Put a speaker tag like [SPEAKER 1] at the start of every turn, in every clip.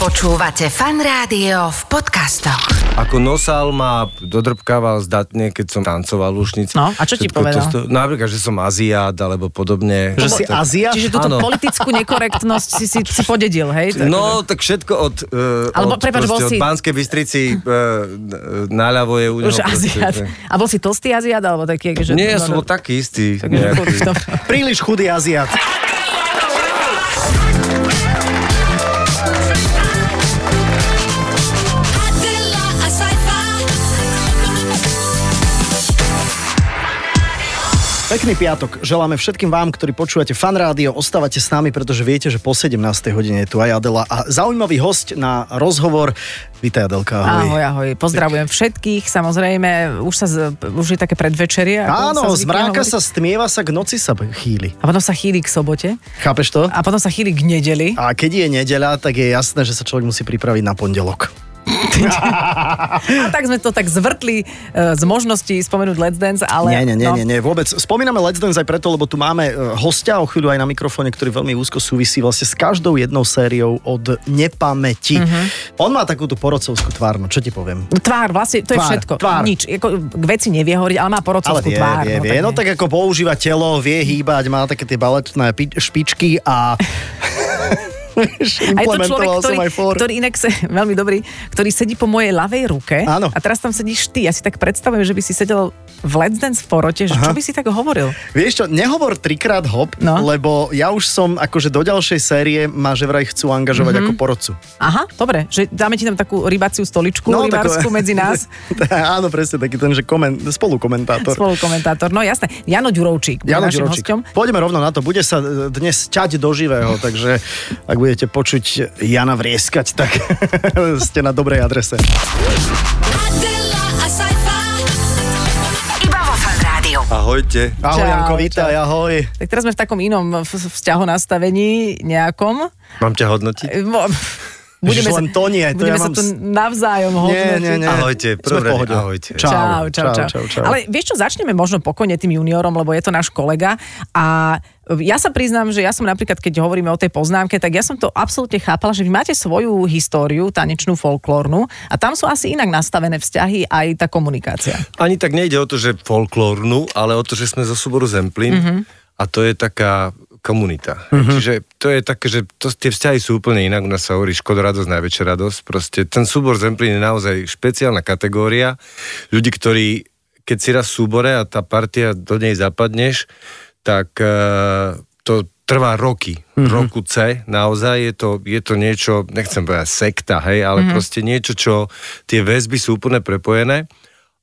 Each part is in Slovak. [SPEAKER 1] Počúvate fan rádio v podcastoch.
[SPEAKER 2] Ako nosal ma, dodrbkával zdatne, keď som tancoval lušnic.
[SPEAKER 3] No, a čo ti
[SPEAKER 2] Všetko
[SPEAKER 3] povedal?
[SPEAKER 2] sto- napríklad, že som Aziát, alebo podobne.
[SPEAKER 4] Že si
[SPEAKER 2] Tak-
[SPEAKER 4] Azia?
[SPEAKER 3] Čiže túto
[SPEAKER 2] Áno.
[SPEAKER 3] politickú nekorektnosť si, si, si podedil, hej? Tak-
[SPEAKER 2] No, tak všetko od, uh, od,
[SPEAKER 3] Alebo, prepáč, bol
[SPEAKER 2] proste, od
[SPEAKER 3] si-
[SPEAKER 2] Banskej Bystrici uh, naľavo je u neho.
[SPEAKER 4] No,
[SPEAKER 3] Už
[SPEAKER 2] proste,
[SPEAKER 3] Aziat.
[SPEAKER 2] to je-
[SPEAKER 3] A bol si tlstý Aziat, alebo taký? Že no,
[SPEAKER 2] Nie, ja som bol taký istý.
[SPEAKER 3] Takže
[SPEAKER 2] nejaký.
[SPEAKER 3] furt, dobre.
[SPEAKER 4] Príliš chudý Aziat.
[SPEAKER 5] Adela, a sci-fi.
[SPEAKER 4] Pekný piatok. Želáme všetkým vám, ktorí počúvate fan rádio, ostávate s nami, pretože viete, že po 17. hodine je tu aj Adela a zaujímavý host na rozhovor. Vítaj Adelka, ahoj.
[SPEAKER 3] Ahoj, ahoj. Pozdravujem všetkých, samozrejme. Už, sa z, už je také predvečerie. ako
[SPEAKER 4] Áno,
[SPEAKER 3] sa zvykne
[SPEAKER 4] z mráka
[SPEAKER 3] hovoriť.
[SPEAKER 4] sa stmieva sa, k noci sa chýli.
[SPEAKER 3] A potom sa chýli k sobote.
[SPEAKER 4] Chápeš to?
[SPEAKER 3] A potom sa chýli k nedeli.
[SPEAKER 4] A keď je nedeľa, tak je jasné, že sa človek musí pripraviť na pondelok.
[SPEAKER 3] A tak sme to tak zvrtli e, z možnosti spomenúť Let's Dance, ale...
[SPEAKER 4] Nie, nie, nie,
[SPEAKER 3] no,
[SPEAKER 4] nie, nie, vôbec. Spomíname Let's Dance aj preto, lebo tu máme e, hostia o chvíľu aj na mikrofóne, ktorý veľmi úzko súvisí vlastne s každou jednou sériou od nepamäti.
[SPEAKER 3] Mhm.
[SPEAKER 4] On má takúto porodcovskú tvárnu, čo ti poviem?
[SPEAKER 3] Tvár, vlastne, to je
[SPEAKER 4] Tvár,
[SPEAKER 3] všetko.
[SPEAKER 4] tvár.
[SPEAKER 3] Nič. Ako, k veci nevie hovoriť, ale má
[SPEAKER 4] Ale
[SPEAKER 3] porodcovskú
[SPEAKER 4] vie,
[SPEAKER 3] tvár.
[SPEAKER 4] vie,
[SPEAKER 3] no,
[SPEAKER 4] vie. No
[SPEAKER 3] nie.
[SPEAKER 4] tak ako používa telo, vie hýbať, má také tie baletné pi- špičky a...
[SPEAKER 3] A je to človek,
[SPEAKER 4] Implementoval
[SPEAKER 3] ktorý,
[SPEAKER 4] som aj for.
[SPEAKER 3] ktorý inak se, veľmi dobrý, ktorý sedí po mojej ľavej ruke.
[SPEAKER 4] Áno.
[SPEAKER 3] A teraz tam sedíš ty. Ja si tak predstavujem, že by si sedel v Let's Dance v porote, že čo by si tak hovoril?
[SPEAKER 4] Vieš čo, nehovor trikrát hop,
[SPEAKER 3] No.
[SPEAKER 4] lebo ja už som akože do ďalšej série ma že vraj chcú angažovať
[SPEAKER 3] Mhm.
[SPEAKER 4] mm-hmm. ako porodcu.
[SPEAKER 3] Aha, dobre, že dáme ti tam takú rybaciu stoličku, no, rybárskú medzi nás.
[SPEAKER 4] Áno, presne, taký ten, že komen, spolukomentátor.
[SPEAKER 3] Spolukomentátor. No jasné, Jano Ďurovčík bol
[SPEAKER 4] Jano
[SPEAKER 3] našim
[SPEAKER 4] Ďuročík.
[SPEAKER 3] hosťom.
[SPEAKER 4] Poďme rovno na to. Bude sa e, dnes ťať do živého, takže ak budete počuť Jana vrieskať, tak ste na dobrej adrese.
[SPEAKER 5] Adela, a sci-fi.
[SPEAKER 1] Iba vo fan rádiu.
[SPEAKER 2] Ahojte.
[SPEAKER 4] Ahoj,
[SPEAKER 3] Čau,
[SPEAKER 4] Janko,
[SPEAKER 3] čau.
[SPEAKER 4] vítaj, ahoj.
[SPEAKER 3] Tak teraz sme v takom inom v- v- vzťahu nastavení nejakom.
[SPEAKER 2] Mám ťa hodnotiť?
[SPEAKER 3] E, mo-
[SPEAKER 4] Ježiš, len to nie, to
[SPEAKER 3] budeme
[SPEAKER 4] ja
[SPEAKER 3] sa
[SPEAKER 4] mám
[SPEAKER 3] tu
[SPEAKER 4] s-
[SPEAKER 3] navzájom
[SPEAKER 4] Nie,
[SPEAKER 3] hodnotiť.
[SPEAKER 4] nie, nie.
[SPEAKER 2] Ahojte, v prvom
[SPEAKER 4] Sme v
[SPEAKER 2] rade
[SPEAKER 4] pohode.
[SPEAKER 2] ahojte.
[SPEAKER 3] Čau, čau, čau, čau. Ale vieš čo, začneme možno pokojne tým juniorom, lebo je to náš kolega a ja sa priznám, že ja som napríklad, keď hovoríme o tej poznámke, tak ja som to absolútne chápala, že vy máte svoju históriu, tanečnú, folklórnu a tam sú asi inak nastavené vzťahy aj tá komunikácia.
[SPEAKER 2] Ani tak nejde o to, že folklórnu, ale o to, že sme zo súboru Zemplín a to je taká komunita. Čiže to je také, že to, tie vzťahy sú úplne inak, u nás sa hovorí škoda, radosť, najväčšia radosť. Proste ten súbor Zemplín je naozaj špeciálna kategória ľudí, ktorí, keď si raz v súbore a tá partia, do nej zapadneš, tak eh, to trvá roky. Roku C, naozaj je to, je to niečo, nechcem povedať sekta, hej, ale proste niečo, čo tie väzby sú úplne prepojené.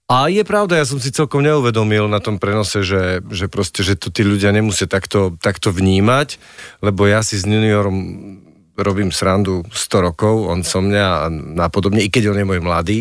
[SPEAKER 2] A je pravda, ja som si celkom neuvedomil na tom prenose, že, že proste, že to tí ľudia nemusia takto, takto vnímať, lebo ja si s juniorom robím srandu 100 rokov, on so mňa a napodobne, i keď on je môj mladý,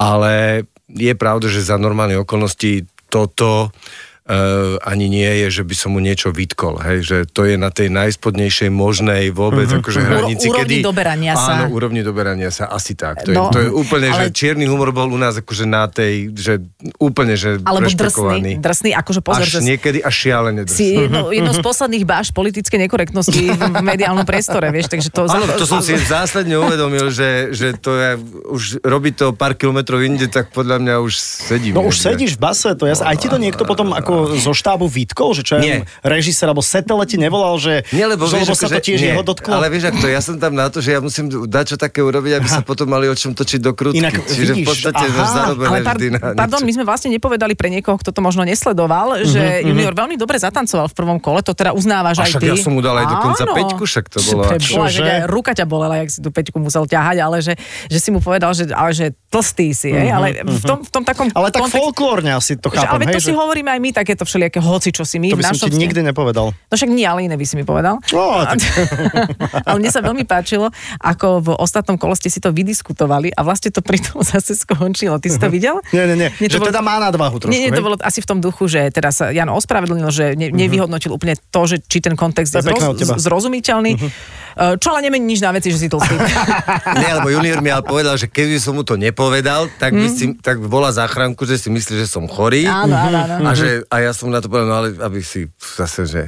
[SPEAKER 2] ale je pravda, že za normálne okolnosti toto uh, ani nie je, že by som mu niečo vytkol, hej, že to je na tej najspodnejšej možnej vôbec mm-hmm. akože
[SPEAKER 3] Úro-
[SPEAKER 2] hranici,
[SPEAKER 3] Mhm.
[SPEAKER 2] kedy...
[SPEAKER 3] úrovni doberania sa.
[SPEAKER 2] Áno, úrovni doberania sa, asi tak. To, je,
[SPEAKER 3] No,
[SPEAKER 2] to je úplne, ale...
[SPEAKER 3] ale-
[SPEAKER 2] že čierny humor bol u nás akože na tej, že úplne, že
[SPEAKER 3] Alebo drsný,
[SPEAKER 2] rešpekovaný.
[SPEAKER 3] drsný, akože pozor,
[SPEAKER 2] Až
[SPEAKER 3] že
[SPEAKER 2] niekedy až šialene drsný.
[SPEAKER 3] si jedno, jedno z posledných báš politické nekorektnosti v v mediálnom priestore, vieš, takže to...
[SPEAKER 2] Áno, to som si zásadne uvedomil, že, že to je, už robí to pár kilometrov inde, tak podľa mňa už sedím.
[SPEAKER 4] No už
[SPEAKER 2] niekde.
[SPEAKER 4] sedíš v base, to ja, aj ti to niekto potom ako zo štábu vytkol, že
[SPEAKER 2] Nie.
[SPEAKER 4] čo ja viem, režisér alebo setele ti nevolal, že,
[SPEAKER 2] Nie, lebo,
[SPEAKER 4] že
[SPEAKER 2] vieš,
[SPEAKER 4] lebo sa
[SPEAKER 2] akože-
[SPEAKER 4] to tiež
[SPEAKER 2] nie,
[SPEAKER 4] jeho dotklo.
[SPEAKER 2] Ale vieš, ak to, ja som tam na to, že ja musím dať čo také urobiť, aby sa potom mali o čom točiť do krútky.
[SPEAKER 4] Inak
[SPEAKER 2] Čiže v
[SPEAKER 4] vidíš,
[SPEAKER 2] podstate
[SPEAKER 4] aha,
[SPEAKER 2] zarobené
[SPEAKER 3] Ale par-
[SPEAKER 2] vždy na niečo.
[SPEAKER 3] pardon, my sme vlastne nepovedali pre niekoho, kto to možno nesledoval, že junior veľmi dobre zatancoval v prvom kole, to teda
[SPEAKER 2] A
[SPEAKER 3] uznávaš aj
[SPEAKER 2] Mhm, však
[SPEAKER 3] ty.
[SPEAKER 2] ja som mu dal aj dokonca
[SPEAKER 3] Áno.
[SPEAKER 2] peťku, však to bolo
[SPEAKER 3] Pre
[SPEAKER 2] ako-
[SPEAKER 3] Boha, že
[SPEAKER 4] Čože?
[SPEAKER 3] aj ruka ťa bolela, jak si tú peťku musel ťahať, ale že, že si mu povedal, že, ale že tlstý si, hej, ale v tom, v tom takom
[SPEAKER 4] Mhm, Ale tak
[SPEAKER 3] kontexte-
[SPEAKER 4] folklórne asi to
[SPEAKER 3] že,
[SPEAKER 4] chápem,
[SPEAKER 3] ale veď
[SPEAKER 4] hej,
[SPEAKER 3] to si
[SPEAKER 4] že
[SPEAKER 3] hovoríme aj my, takéto všelijaké hoci, čo si my v
[SPEAKER 4] to by som
[SPEAKER 3] našom
[SPEAKER 4] ti
[SPEAKER 3] vzťahu.
[SPEAKER 4] nikdy nepovedal.
[SPEAKER 3] No však nie, ale iné by si mi povedal.
[SPEAKER 4] No, tak-
[SPEAKER 3] ale mne sa veľmi páčilo, ako v ostatnom kole ste si to vydiskutovali a vlastne to pritom zase skončilo. Ty si to videl?
[SPEAKER 4] Nie, nie, nie,
[SPEAKER 3] Nie, to
[SPEAKER 4] že
[SPEAKER 3] bolo-
[SPEAKER 4] teda má nadvahu trošku.
[SPEAKER 3] nie, nie, to
[SPEAKER 4] hej?
[SPEAKER 3] bolo asi v tom duchu, že teda sa Jan ospravedlnil, že ne, nevyhodnotil úplne to, že či ten kontext je
[SPEAKER 4] To je pekné od teba. Mhm.
[SPEAKER 3] zroz, zrozumiteľný. Uh-huh. Čo ale nemení nič na veci, že si tlstý.
[SPEAKER 2] Nie, lebo junior mi ale povedal, že keby som mu to nepovetal, tak, by si, tak volá záchranku, že si myslí, že som chorý.
[SPEAKER 3] Mhm. Áno, Mhm. áno, áno.
[SPEAKER 2] A že, a A ja som na to povedal, no ale aby si zase, že...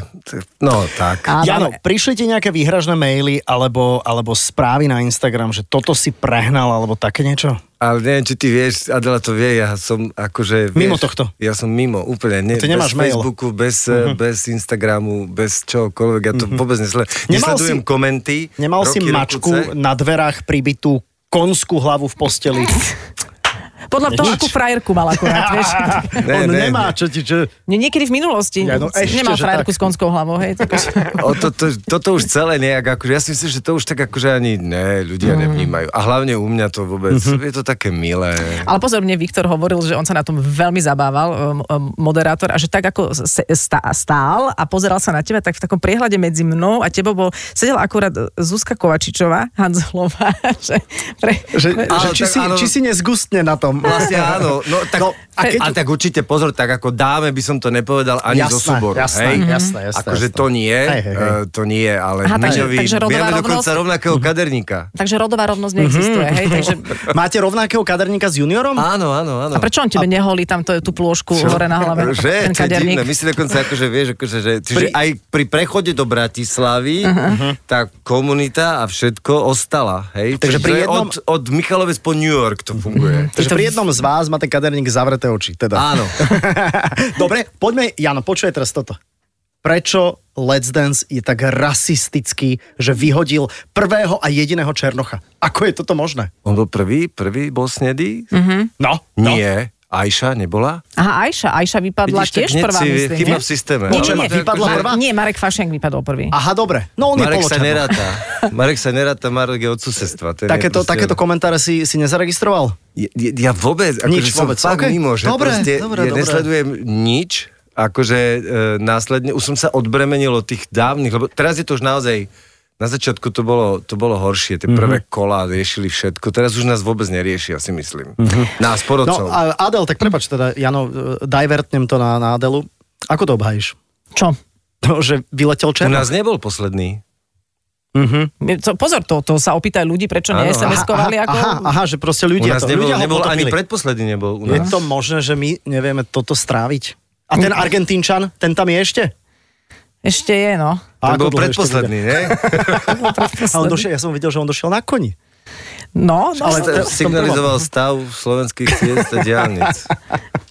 [SPEAKER 2] No tak.
[SPEAKER 3] A- Áno,
[SPEAKER 4] Jano,
[SPEAKER 3] ale-
[SPEAKER 4] prišli ti nejaké výhražné maily alebo, alebo správy na Instagram, že toto si prehnal alebo také niečo?
[SPEAKER 2] Ale neviem, či ty vieš, Adela to vie, ja som akože... Vieš,
[SPEAKER 4] Mimo tohto.
[SPEAKER 2] Ja som mimo, úplne. Ne,
[SPEAKER 4] A ty nemáš
[SPEAKER 2] bez
[SPEAKER 4] mail. Mhm.
[SPEAKER 2] Facebooku, bez, uh-huh. bez Instagramu, bez čokoľvek, ja to uh-huh. vôbec nesledujem.
[SPEAKER 4] Nemal
[SPEAKER 2] Nesledujem
[SPEAKER 4] si-
[SPEAKER 2] komenty.
[SPEAKER 4] Nemal si
[SPEAKER 2] roky,
[SPEAKER 4] mačku
[SPEAKER 2] rokuce.
[SPEAKER 4] na dverách pribitú konskú hlavu v posteli.
[SPEAKER 3] Podľa toho,
[SPEAKER 4] Nič.
[SPEAKER 3] akú frajerku mal akurát, vieš.
[SPEAKER 2] Ne,
[SPEAKER 4] On
[SPEAKER 2] ne,
[SPEAKER 4] nemá, čo ti... Čo...
[SPEAKER 3] Nie, niekedy v minulosti
[SPEAKER 4] Ja, no ešte,
[SPEAKER 3] nemal
[SPEAKER 4] že
[SPEAKER 3] frajerku
[SPEAKER 4] tak.
[SPEAKER 3] s konskou hlavou, hej. Tak...
[SPEAKER 2] O to, to, toto už celé nejak, akože, ja si myslím, že to už tak akože ani ne, ľudia mm. nevnímajú. A hlavne u mňa to vôbec, mm-hmm. je to také milé.
[SPEAKER 3] Ale pozor, mne Viktor hovoril, že on sa na tom veľmi zabával, um, um, moderátor, a že tak ako se, stá, stál a pozeral sa na teba, tak v takom priehľade medzi mnou a tebou bol, sedela akurát uh, Zuzka Kovačičová, Hanzlová, že... Pre,
[SPEAKER 4] Že,
[SPEAKER 2] Áno,
[SPEAKER 4] že či,
[SPEAKER 2] tak
[SPEAKER 4] si,
[SPEAKER 2] áno.
[SPEAKER 4] či si nezgustne na tom.
[SPEAKER 2] Vlastne áno, no tak, no,
[SPEAKER 4] No,
[SPEAKER 2] a,
[SPEAKER 4] a keď-
[SPEAKER 2] keď... a tak určite pozor, tak ako dáme by som to nepovedal ani zo
[SPEAKER 4] Jasné,
[SPEAKER 2] súboru.
[SPEAKER 4] jasné,
[SPEAKER 2] hej?
[SPEAKER 4] jasné, jasné,
[SPEAKER 2] Akože
[SPEAKER 4] jasné.
[SPEAKER 2] to nie,
[SPEAKER 4] Hej, hej, hej.
[SPEAKER 2] e, to nie, ale
[SPEAKER 3] Aha,
[SPEAKER 2] Aha,
[SPEAKER 3] takže-
[SPEAKER 2] Miňovi,
[SPEAKER 3] takže rodová
[SPEAKER 2] máme dokonca
[SPEAKER 3] rovnosť?
[SPEAKER 2] rovnakého kaderníka.
[SPEAKER 3] takže rodová rovnosť neexistuje,
[SPEAKER 2] Mhm.
[SPEAKER 3] hej, takže...
[SPEAKER 4] Máte rovnakého kaderníka s juniorom?
[SPEAKER 2] Áno, áno, áno.
[SPEAKER 3] A prečo on tebe neholí tam to je tú plôžku hore na hlave?
[SPEAKER 2] Že,
[SPEAKER 3] ten
[SPEAKER 2] to je divné.
[SPEAKER 3] kaderník.
[SPEAKER 2] My si dokonca akože, vieš, akože, že, čiže
[SPEAKER 4] Pri-
[SPEAKER 2] pri... aj pri prechode do Bratislavy uh-huh. tá komunita a všetko ostala, hej? Čiže
[SPEAKER 4] Takže pri
[SPEAKER 2] to je
[SPEAKER 4] jednom- Mhm.
[SPEAKER 2] od, od Michalovec po New York to funguje.
[SPEAKER 4] Takže pri jednom z vás má ten kaderník zavreté oči. Teda.
[SPEAKER 2] Áno.
[SPEAKER 4] Dobre, poďme, Jano, počuje teraz toto. Prečo Let's Dance je tak rasistický, že vyhodil prvého a jediného Černocha? Ako je toto možné?
[SPEAKER 2] On bol prvý, prvý bol snedý?
[SPEAKER 4] No, no.
[SPEAKER 2] Nie. Ajša nebola?
[SPEAKER 3] Aha, Ajša, Ajša vypadla
[SPEAKER 2] Vidíš, tak
[SPEAKER 3] tiež
[SPEAKER 2] hneď
[SPEAKER 3] prvá,
[SPEAKER 2] si-
[SPEAKER 3] myslím.
[SPEAKER 2] chyba
[SPEAKER 3] nie?
[SPEAKER 2] v systéme.
[SPEAKER 3] Nie,
[SPEAKER 4] Čo,
[SPEAKER 3] nie, nie.
[SPEAKER 4] Marek vypadla
[SPEAKER 3] Marek-
[SPEAKER 4] prvá?
[SPEAKER 3] Nie, Marek Fašiank vypadol prvý.
[SPEAKER 4] Aha, dobre. No on
[SPEAKER 2] Marek
[SPEAKER 4] je
[SPEAKER 2] sa
[SPEAKER 4] poločernoch.
[SPEAKER 2] neráta. Marek sa neráta, Marek je od susedstva. Ten je
[SPEAKER 4] Takéto,
[SPEAKER 2] proste-
[SPEAKER 4] takéto komentáre si, si nezaregistroval?
[SPEAKER 2] Ja, ja vôbec,
[SPEAKER 4] Nič
[SPEAKER 2] akože som
[SPEAKER 4] vôbec,
[SPEAKER 2] fakt
[SPEAKER 4] OK.
[SPEAKER 2] mimo, že
[SPEAKER 4] Dobre,
[SPEAKER 2] proste
[SPEAKER 4] dobre,
[SPEAKER 2] ja
[SPEAKER 4] dobre.
[SPEAKER 2] nesledujem nič, akože e, následne, už som sa odbremenil od tých dávnych, lebo teraz je to už naozaj, na začiatku to bolo, to bolo horšie, tie prvé
[SPEAKER 4] Mhm.
[SPEAKER 2] mm-hmm. kola riešili všetko, teraz už nás vôbec neriešia, si myslím. Mm-hmm. Nás, porodcov.
[SPEAKER 4] No, a Adel, tak prepač teda, Jano, e, divertnem to na, na Adelu. Ako to obhajíš?
[SPEAKER 3] Čo?
[SPEAKER 4] To, že vyletel
[SPEAKER 2] U
[SPEAKER 4] Černoch?
[SPEAKER 2] nás nebol posledný.
[SPEAKER 3] To, pozor, to, to sa opýtaj ľudí, prečo nie
[SPEAKER 2] Áno,
[SPEAKER 3] SMS-kovali ako...
[SPEAKER 4] aha, aha, že proste
[SPEAKER 2] U nás
[SPEAKER 4] ľudia to,
[SPEAKER 2] nebol,
[SPEAKER 4] ľudia ho
[SPEAKER 2] nebol ani
[SPEAKER 4] potopili.
[SPEAKER 2] predposledný nebol u
[SPEAKER 4] Je
[SPEAKER 2] nás.
[SPEAKER 4] to možné, že my nevieme toto stráviť? A ten Argentínčan, ten tam je ešte?
[SPEAKER 3] Ešte je, no.
[SPEAKER 4] A
[SPEAKER 2] Ten
[SPEAKER 4] ako
[SPEAKER 2] bol
[SPEAKER 4] dlho ešte teda.
[SPEAKER 2] predposledný, nie?
[SPEAKER 4] bude? A on došiel, ja som videl, že on došiel na koni.
[SPEAKER 3] No, no
[SPEAKER 4] Ale
[SPEAKER 3] ale
[SPEAKER 4] to-
[SPEAKER 3] to...
[SPEAKER 2] Signalizoval stav slovenských ciest a diálnic.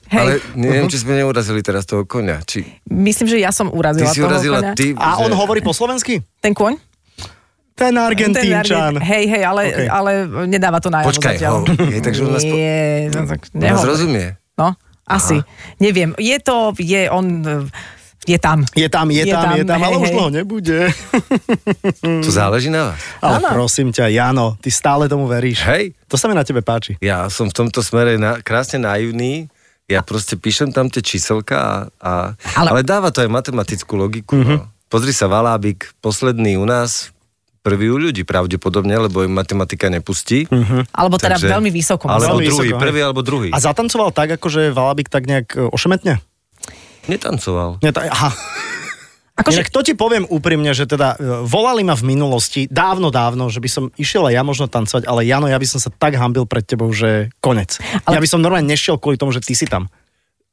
[SPEAKER 3] hej,
[SPEAKER 2] Ale
[SPEAKER 3] ale...
[SPEAKER 4] Mhm.
[SPEAKER 2] neviem, či sme neurazili teraz toho konia. Či,
[SPEAKER 3] myslím, že ja som
[SPEAKER 2] ty
[SPEAKER 3] urazila
[SPEAKER 2] si
[SPEAKER 3] toho
[SPEAKER 2] urazila
[SPEAKER 3] koňa.
[SPEAKER 2] ty.
[SPEAKER 4] A on
[SPEAKER 2] že-
[SPEAKER 4] hovorí po slovensky?
[SPEAKER 3] Ten kôň?
[SPEAKER 4] Ten
[SPEAKER 3] Ten Argent-
[SPEAKER 4] Argentínčan.
[SPEAKER 3] Hej, hej, ale,
[SPEAKER 4] Okej.
[SPEAKER 3] okay. ale nedáva to najavo
[SPEAKER 2] Počkaj,
[SPEAKER 3] zatiaľ.
[SPEAKER 2] ho. Je, takže on nás po-
[SPEAKER 3] Nie, no, tak
[SPEAKER 2] Nás
[SPEAKER 3] nehovor.
[SPEAKER 2] rozumie.
[SPEAKER 3] No, asi. Aha. Neviem, je to, je on, eh, je tam.
[SPEAKER 4] Je tam, je, tam, je tam,
[SPEAKER 3] hej,
[SPEAKER 4] ale už
[SPEAKER 3] hej.
[SPEAKER 4] dlho nebude.
[SPEAKER 2] To záleží na vás.
[SPEAKER 4] Ale
[SPEAKER 3] Áno.
[SPEAKER 4] prosím ťa, Jano, ty stále tomu veríš.
[SPEAKER 2] Hej,
[SPEAKER 4] To sa mi na tebe páči.
[SPEAKER 2] ja som v tomto smere na, krásne naivný, ja proste píšem tam tie číselka, a, a, ale...
[SPEAKER 3] Ale-
[SPEAKER 2] ale dáva to aj matematickú logiku. Mm-hmm. No. Pozri sa, Valábik, posledný u nás, prvý u ľudí pravdepodobne, lebo im matematika nepustí. Mm-hmm.
[SPEAKER 3] Alebo teda Takže, veľmi vysoko.
[SPEAKER 2] Alebo
[SPEAKER 3] Ale...
[SPEAKER 4] Veľmi
[SPEAKER 2] druhý,
[SPEAKER 4] vysoko, hej.
[SPEAKER 2] prvý alebo druhý.
[SPEAKER 4] A zatancoval tak, akože Valabik tak nejak e, ošemetne?
[SPEAKER 2] Netancoval.
[SPEAKER 4] Nie, tá, aha.
[SPEAKER 3] Akože,
[SPEAKER 4] Inak to ti poviem úprimne, že teda e, volali ma v minulosti, dávno, dávno, že by som išiel aj ja možno tancovať, ale Jano, ja by som sa tak hambil pred tebou, že konec. Ale...
[SPEAKER 3] Ale-
[SPEAKER 4] Ja by som normálne nešiel kvôli tomu, že ty si tam.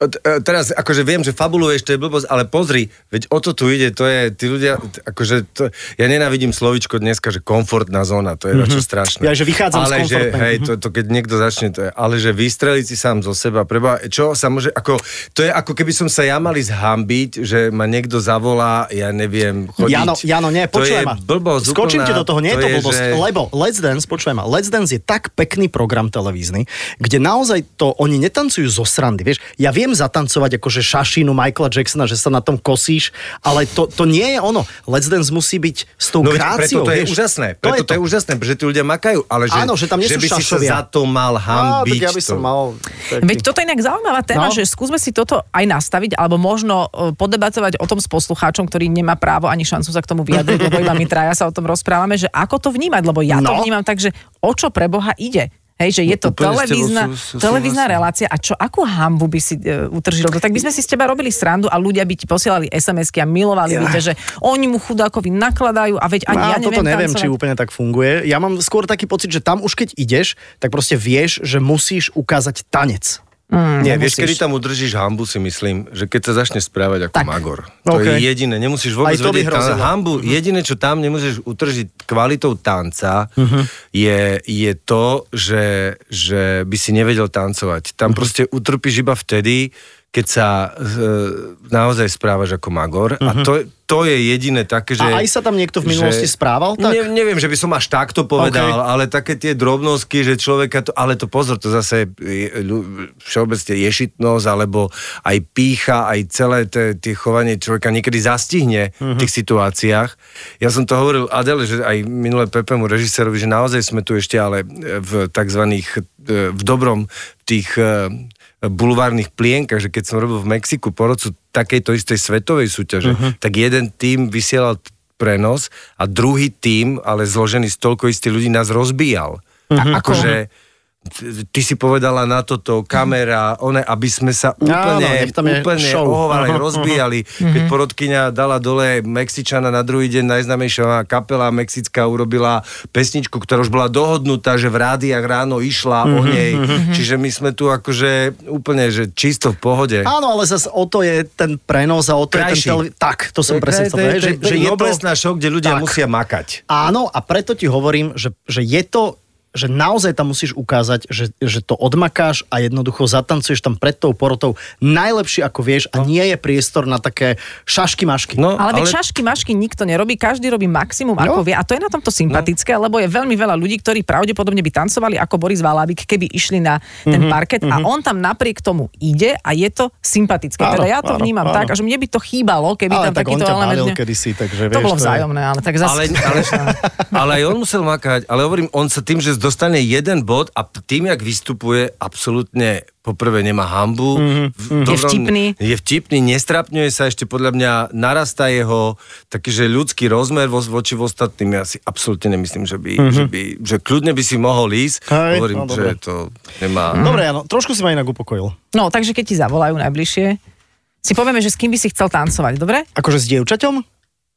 [SPEAKER 2] E, t- e, Teraz, akože viem, že fabuluješ, to je blbosť, ale pozri, veď o to tu ide, to je, tí ľudia, t- akože, to, ja nenávidím slovičko dneska, že komfortná zóna, to je mm-hmm. čo strašné.
[SPEAKER 4] Mhm. Ja, že vychádzam z
[SPEAKER 2] ale že,
[SPEAKER 4] komfortnej, Mhm.
[SPEAKER 2] hej, to, to, keď niekto začne, to je, ale že vystreliť si sám zo seba, preba, čo sa môže, ako, to je ako keby som sa ja mali zhambiť, že ma niekto zavolá, ja neviem, chodiť.
[SPEAKER 4] Jano, Jano, nie,
[SPEAKER 2] to je
[SPEAKER 4] počujem ma.
[SPEAKER 2] blbosť,
[SPEAKER 4] Skočím ti do toho, nie je to, blbosť,
[SPEAKER 2] že-
[SPEAKER 4] lebo Let's Dance, počujem ma, Let's Dance je tak pekný program televízny, kde naozaj to oni netancujú zo srandy, vieš. Ja viem zatancovať akože šašinu Michaela Jacksona, že sa na tom kosíš, ale to, to nie je ono. Let's Dance musí byť s tou
[SPEAKER 2] No, veď
[SPEAKER 4] gráciou,
[SPEAKER 2] preto to je
[SPEAKER 4] vieš.
[SPEAKER 2] úžasné, preto to, je úžasné, pretože tí ľdia makajú, ale že,
[SPEAKER 4] Áno, že tam nie
[SPEAKER 2] že
[SPEAKER 4] sú
[SPEAKER 2] by si sa
[SPEAKER 4] šašovia.
[SPEAKER 2] za to mal hambiť.
[SPEAKER 4] Á, tak ja by som
[SPEAKER 2] to-
[SPEAKER 4] mal... Taký...
[SPEAKER 3] Veď toto je inak zaujímavá téma,
[SPEAKER 4] No.
[SPEAKER 3] no. že skúsme si toto aj nastaviť, alebo možno e, podebatovať o tom s poslucháčom, ktorý nemá právo ani šancu sa k tomu vyjadriť, lebo iba my traja sa o tom rozprávame, že ako to vnímať, lebo ja to
[SPEAKER 4] No.
[SPEAKER 3] vnímam tak, že o čo pre Boha ide. Hej, že je
[SPEAKER 2] No, úplne s
[SPEAKER 3] to
[SPEAKER 2] tebou
[SPEAKER 3] televízna,
[SPEAKER 2] sú- sú-
[SPEAKER 3] televízna
[SPEAKER 2] súhlasím.
[SPEAKER 3] relácia a čo, akú hambu by si e, utržil? No, tak by sme si s teba robili srandu a ľudia by ti posielali SMS-ky a milovali by ťa, že oni mu chudákovi nakladajú a veď ani
[SPEAKER 4] Á,
[SPEAKER 3] ja neviem
[SPEAKER 4] toto neviem, či
[SPEAKER 3] tancovať.
[SPEAKER 4] úplne tak funguje. Ja mám skôr taký pocit, že tam už keď ideš, tak proste vieš, že musíš ukázať tanec.
[SPEAKER 2] Mm, Nie, vieš, kedy tam udržíš hambu, si myslím, že keď sa začne správať ako tak. magor. To
[SPEAKER 4] OK.
[SPEAKER 2] je jediné, nemusíš vôbec
[SPEAKER 4] Aj to
[SPEAKER 2] vedieť
[SPEAKER 4] by
[SPEAKER 2] tam-
[SPEAKER 4] hrozilo. Mhm.
[SPEAKER 2] hambu. Jediné, čo tam nemôžeš utržiť kvalitou tanca,
[SPEAKER 4] Mhm.
[SPEAKER 2] je, je to, že, že by si nevedel tancovať.
[SPEAKER 4] Mhm.
[SPEAKER 2] Tam proste utrpíš iba vtedy, keď sa e, naozaj správaš ako magor. A to, to je jediné také, že...
[SPEAKER 4] Mhm. A aj sa tam niekto v minulosti správal tak?
[SPEAKER 2] Ne, neviem, že by som až takto povedal,
[SPEAKER 4] OK.
[SPEAKER 2] ale také tie drobnosti, že človeka to, ale to pozor, to zase je, ľu- všeobecne ješitnosť, alebo aj pícha, aj celé te, tie chovanie človeka niekedy zastihne v tých situáciách. Ja som to hovoril Adele, že aj minule Pepemu režisérovi, že naozaj sme tu ešte ale e, v takzvaných, e, v dobrom tých e, bulvárnych plienkach, že keď som robil v Mexiku porodcu takejto istej svetovej súťaže, uh-huh. tak jeden tým vysielal prenos a druhý tým, ale zložený z toľko istých ľudí, nás rozbíjal.
[SPEAKER 4] Mhm.
[SPEAKER 2] Uh-huh. Akože t- ty si povedala na toto, kamera, one, aby sme sa úplne,
[SPEAKER 4] nech tam je
[SPEAKER 2] úplne
[SPEAKER 4] show. Mhm,
[SPEAKER 2] ohovali,
[SPEAKER 4] Aha, aha.
[SPEAKER 2] rozbíjali. Keď porodkynia dala dole Mexičana na druhý deň, najznamejšia kapela mexická urobila pesničku, ktorá už bola dohodnutá, že v rádiách ráno išla o
[SPEAKER 4] Mhm,
[SPEAKER 2] nej. Čiže my sme tu akože úplne, že čisto v pohode.
[SPEAKER 4] Áno, ale zase o to je ten prenos a o to
[SPEAKER 2] Krajší.
[SPEAKER 4] je ten televízor. Tak, to som presne chcel povedať. Že, že
[SPEAKER 2] je
[SPEAKER 4] je to...
[SPEAKER 2] noblesná show, kde ľudia
[SPEAKER 4] Tak.
[SPEAKER 2] musia makať.
[SPEAKER 4] Áno, a preto ti hovorím, že, že je to že naozaj tam musíš ukázať, že, že to odmakáš a jednoducho zatancuješ tam pred tou porotou najlepšie ako vieš a nie je priestor na také šašky mašky.
[SPEAKER 2] No,
[SPEAKER 3] Ale, ale... šašky mašky nikto nerobí, každý robí maximum, no. ako vie. A to je na tomto sympatické, no. lebo je veľmi veľa ľudí, ktorí pravdepodobne by tancovali ako Boris Valábik, keby išli na
[SPEAKER 4] Mhm,
[SPEAKER 3] ten parket a on tam napriek tomu ide a je to sympatické. Áno,
[SPEAKER 4] Áno,
[SPEAKER 3] teda ja to áno,
[SPEAKER 4] áno,
[SPEAKER 3] vnímam áno.
[SPEAKER 4] áno.
[SPEAKER 3] tak, a že mne by to chýbalo, keby
[SPEAKER 4] Ale
[SPEAKER 3] tam
[SPEAKER 4] tak on
[SPEAKER 3] takýto
[SPEAKER 4] ťa
[SPEAKER 3] element...
[SPEAKER 4] malil
[SPEAKER 3] ne-
[SPEAKER 4] kedysi, takže
[SPEAKER 3] to
[SPEAKER 4] vieš,
[SPEAKER 3] bolo
[SPEAKER 4] to je-
[SPEAKER 3] vzájomné, ale tak zase...
[SPEAKER 2] Ale, ale, ale aj on musel makať. Ale hovorím, on sa tým, že dostane jeden bod a p- tým, jak vystupuje, absolútne poprvé nemá hambu.
[SPEAKER 4] Mhm,
[SPEAKER 2] Mm-hmm.
[SPEAKER 3] Je vtipný.
[SPEAKER 2] Je vtipný, nestrapňuje sa, ešte podľa mňa narastá jeho taký, že ľudský rozmer vo, voči ostatným. Ja si absolútne nemyslím, že by, mm-hmm. že by, že kľudne by si mohol ísť.
[SPEAKER 4] Mhm. Hej,
[SPEAKER 2] hovorím,
[SPEAKER 4] no,
[SPEAKER 2] že
[SPEAKER 4] dobre.
[SPEAKER 2] to nemá...
[SPEAKER 4] Dobre, áno, trošku si ma inak upokojil.
[SPEAKER 3] No, takže keď ti zavolajú najbližšie, si povieme, že s kým by si chcel tancovať, dobre?
[SPEAKER 4] Akože s dievčaťom?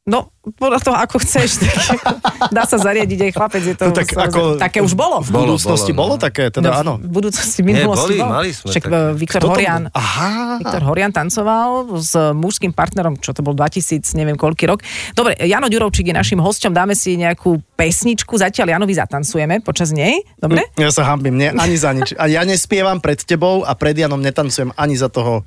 [SPEAKER 3] No, podľa toho, ako chceš, tak dá sa zariadiť aj chlapec, je to,
[SPEAKER 4] No tak
[SPEAKER 3] samozrejme-
[SPEAKER 4] ako-
[SPEAKER 3] také už bolo.
[SPEAKER 4] V budúcnosti
[SPEAKER 2] bolo,
[SPEAKER 4] bolo,
[SPEAKER 2] no.
[SPEAKER 4] také, teda áno.
[SPEAKER 3] V budúcnosti, v minulosti
[SPEAKER 2] boli,
[SPEAKER 3] bol.
[SPEAKER 2] mali sme
[SPEAKER 3] Však
[SPEAKER 2] také.
[SPEAKER 3] eh, Viktor
[SPEAKER 4] Kto to
[SPEAKER 3] Horian,
[SPEAKER 4] bol? Aha.
[SPEAKER 3] Viktor Horian tancoval s mužským partnerom, čo to bol 2000, neviem koľký rok. Dobre, Jano Ďurovčík je našim hosťom, dáme si nejakú pesničku, zatiaľ Janovi zatancujeme počas nej, dobre?
[SPEAKER 4] Ja sa hambím, nie, ani za nič. A ja nespievam pred tebou a pred Janom netancujem ani za toho.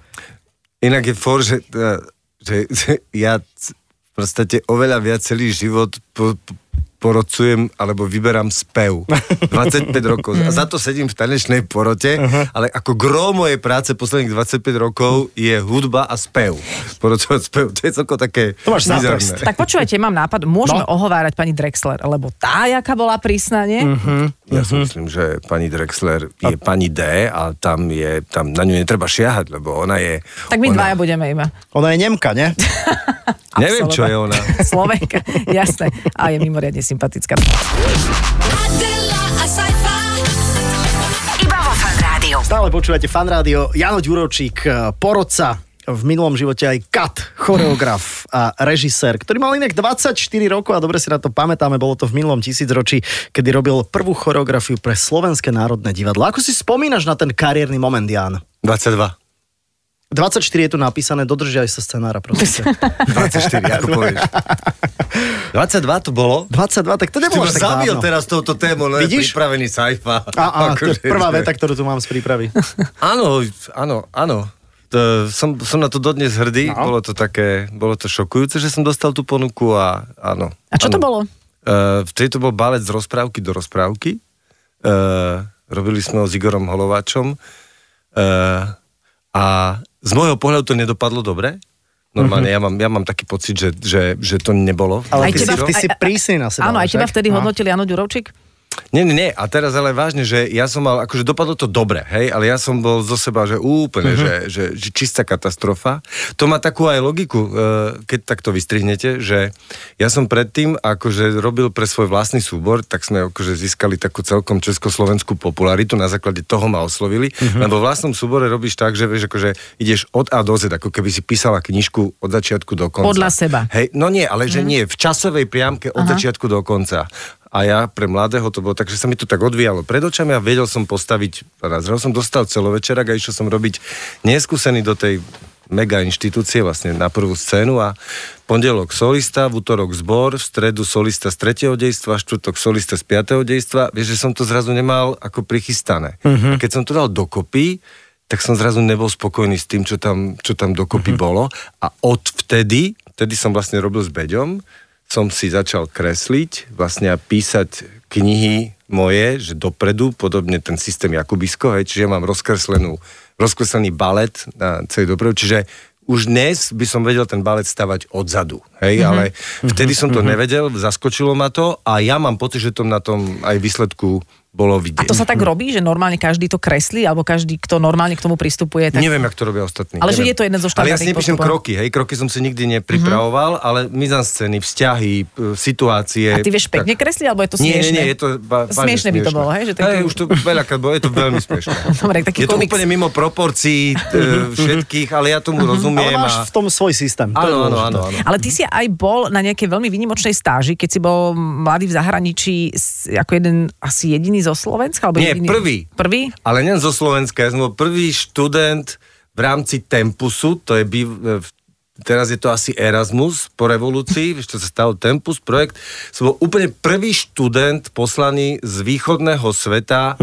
[SPEAKER 2] Inak je for, že, teda, že, že ja c- v podstate oveľa viac celý život po, po- porocujem alebo vyberám spev. 25 rokov. A
[SPEAKER 3] Mhm.
[SPEAKER 2] za to sedím v tanečnej porote, ale ako gro mojej práce posledných 25 rokov je hudba a spev. Porocovať spev, to je celko také
[SPEAKER 4] To máš na
[SPEAKER 2] bizarné.
[SPEAKER 4] prst.
[SPEAKER 3] Tak počúvajte, mám nápad, môžeme no.
[SPEAKER 4] No.
[SPEAKER 3] ohovárať pani Drexler, lebo tá, jaká bola prísna, nie?
[SPEAKER 4] Mhm.
[SPEAKER 3] Mm-hmm.
[SPEAKER 2] Ja si myslím, že pani Drexler je pani D a tam je, tam na ňu netreba šiahať, lebo ona je...
[SPEAKER 3] Tak my
[SPEAKER 2] ona,
[SPEAKER 3] dvaja budeme iba.
[SPEAKER 4] Ona je Nemka, ne?
[SPEAKER 2] Neviem, čo je ona.
[SPEAKER 3] Slovenka, jasné. A je mimoriadne sympatická.
[SPEAKER 5] Adela, a sci-fi.
[SPEAKER 1] Iba vo Fan Rádiu.
[SPEAKER 4] Stále počúvate fan rádio. Jano Ďuročík, eh, porodca, v minulom živote aj kat, choreograf a režisér, ktorý mal inak 24 rokov a dobre si na to pamätáme, bolo to v minulom tisícročí, kedy robil prvú choreografiu pre Slovenské národné divadlo. Ako si spomínaš na ten kariérny moment, Jan?
[SPEAKER 2] 22.
[SPEAKER 4] 24 je tu napísané, dodržiaj sa scenára, prosím. ťa.
[SPEAKER 2] 24, ako povieš. 22 to bolo?
[SPEAKER 4] 22, tak to
[SPEAKER 2] Ty
[SPEAKER 4] nebolo
[SPEAKER 2] ma
[SPEAKER 4] až tak
[SPEAKER 2] zabil
[SPEAKER 4] dávno.
[SPEAKER 2] teraz touto tému, no
[SPEAKER 4] Vidíš?
[SPEAKER 2] Vidíš? pripravený Akože, sajfa.
[SPEAKER 4] A, a to je prvá veta, ktorú tu mám z prípravy.
[SPEAKER 2] Áno, áno, áno. To, som, som na to dodnes hrdý, no. bolo to také, bolo to šokujúce, že som dostal tú ponuku a áno.
[SPEAKER 3] A čo to
[SPEAKER 2] áno.
[SPEAKER 3] bolo?
[SPEAKER 2] Uh, vtedy to bol balec z rozprávky do rozprávky. Uh, robili sme ho s Igorom Holováčom. Uh, a z môjho pohľadu to nedopadlo dobre. Normálne, ja, mám, ja mám taký pocit, že, že, že to nebolo.
[SPEAKER 4] Ale
[SPEAKER 3] Aj
[SPEAKER 4] ty,
[SPEAKER 3] teba-
[SPEAKER 4] si, ty si
[SPEAKER 3] aj- aj-
[SPEAKER 4] prísny na seba.
[SPEAKER 3] Áno, aj teba
[SPEAKER 4] však?
[SPEAKER 3] vtedy
[SPEAKER 4] No.
[SPEAKER 3] hodnotil Jano Ďurovčík?
[SPEAKER 2] Nie, nie, nie. A teraz ale vážne, že ja som mal, akože dopadlo to dobre, hej, ale ja som bol zo seba, že úplne,
[SPEAKER 3] Mhm.
[SPEAKER 2] mm-hmm. že, že, že čistá katastrofa. To má takú aj logiku, e, keď takto vystrihnete, že ja som predtým, akože robil pre svoj vlastný súbor, tak sme akože získali takú celkom československú popularitu, na základe toho ma oslovili,
[SPEAKER 3] Mhm.
[SPEAKER 2] mm-hmm. lebo vo vlastnom súbore robíš tak, že vieš, akože ideš od A do Z, ako keby si písala knižku od začiatku do konca.
[SPEAKER 3] Podľa seba.
[SPEAKER 2] Hej, no nie, ale že nie, v časovej priamke od Aha. začiatku do konca. a ja pre mladého to bolo tak, že sa mi to tak odvíjalo pred očami a vedel som postaviť, a zrazu som dostal celovečerak a išiel som robiť neskúsený do tej mega inštitúcie vlastne na prvú scénu a pondelok solista, v útorok zbor, v stredu solista z tretieho dejstva, štvrtok solista z piatého dejstva. Vieš, že som to zrazu nemal ako prichystané. Uh-huh. A keď som to dal dokopy, tak som zrazu nebol spokojný s tým, čo tam, čo tam dokopy
[SPEAKER 3] Mhm.
[SPEAKER 2] uh-huh. bolo. A od vtedy, vtedy som vlastne robil s Beďom, som si začal kresliť vlastne a písať knihy moje, že dopredu, podobne ten systém Jakubisko, hej, čiže ja mám rozkreslenú, rozkreslený balet na celý dopredu, čiže už dnes by som vedel ten balet stavať odzadu,
[SPEAKER 3] Mhm.
[SPEAKER 2] hej, mm-hmm. ale vtedy som to nevedel, zaskočilo ma to a ja mám pocit, že to na tom aj výsledku bolo
[SPEAKER 3] A
[SPEAKER 2] vidieť.
[SPEAKER 3] to sa tak robí, že normálne každý to kreslí, alebo každý, kto normálne k tomu pristupuje, tak...
[SPEAKER 2] Neviem, jak to robia ostatní.
[SPEAKER 3] Ale že
[SPEAKER 2] neviem.
[SPEAKER 3] je to jeden zo
[SPEAKER 2] Ale ja si
[SPEAKER 3] štandardných
[SPEAKER 2] nepíšem
[SPEAKER 3] postupov. Mhm.
[SPEAKER 2] kroky, hej, kroky som si nikdy nepripravoval, ale mizanscény, vzťahy, p- situácie.
[SPEAKER 3] A ty vieš pekne kresliť, alebo je to
[SPEAKER 2] Nie, nie,
[SPEAKER 3] smiešne?
[SPEAKER 2] nie, je to ba- vážne
[SPEAKER 3] Smiešne by to bolo, hej, že taký-
[SPEAKER 2] Hej, už to veľakrát bolo, je to veľmi smiešne.
[SPEAKER 3] Dobre, taký
[SPEAKER 2] je to
[SPEAKER 3] komiks. Mhm.
[SPEAKER 2] úplne mimo proporcií e, všetkých, ale ja tomu
[SPEAKER 4] Ale
[SPEAKER 2] rozumiem.
[SPEAKER 4] máš v tom svoj systém. to je
[SPEAKER 2] Áno, áno,
[SPEAKER 4] dôležité.
[SPEAKER 2] áno, áno.
[SPEAKER 3] Ale ty si aj bol na nejakej veľmi výnimočnej stáži, keď si bol mladý v zahraničí s- ako jeden, asi jediný zo Slovenska? Alebo
[SPEAKER 2] Nie,
[SPEAKER 3] jediný...
[SPEAKER 2] prvý.
[SPEAKER 3] Prvý?
[SPEAKER 2] Ale nie zo Slovenska, ja som bol prvý študent v rámci Tempusu, to je býv, e, v- teraz je to asi Erasmus po revolúcii, vieš, čo sa stalo Tempus projekt, som bol úplne prvý študent poslaný z východného sveta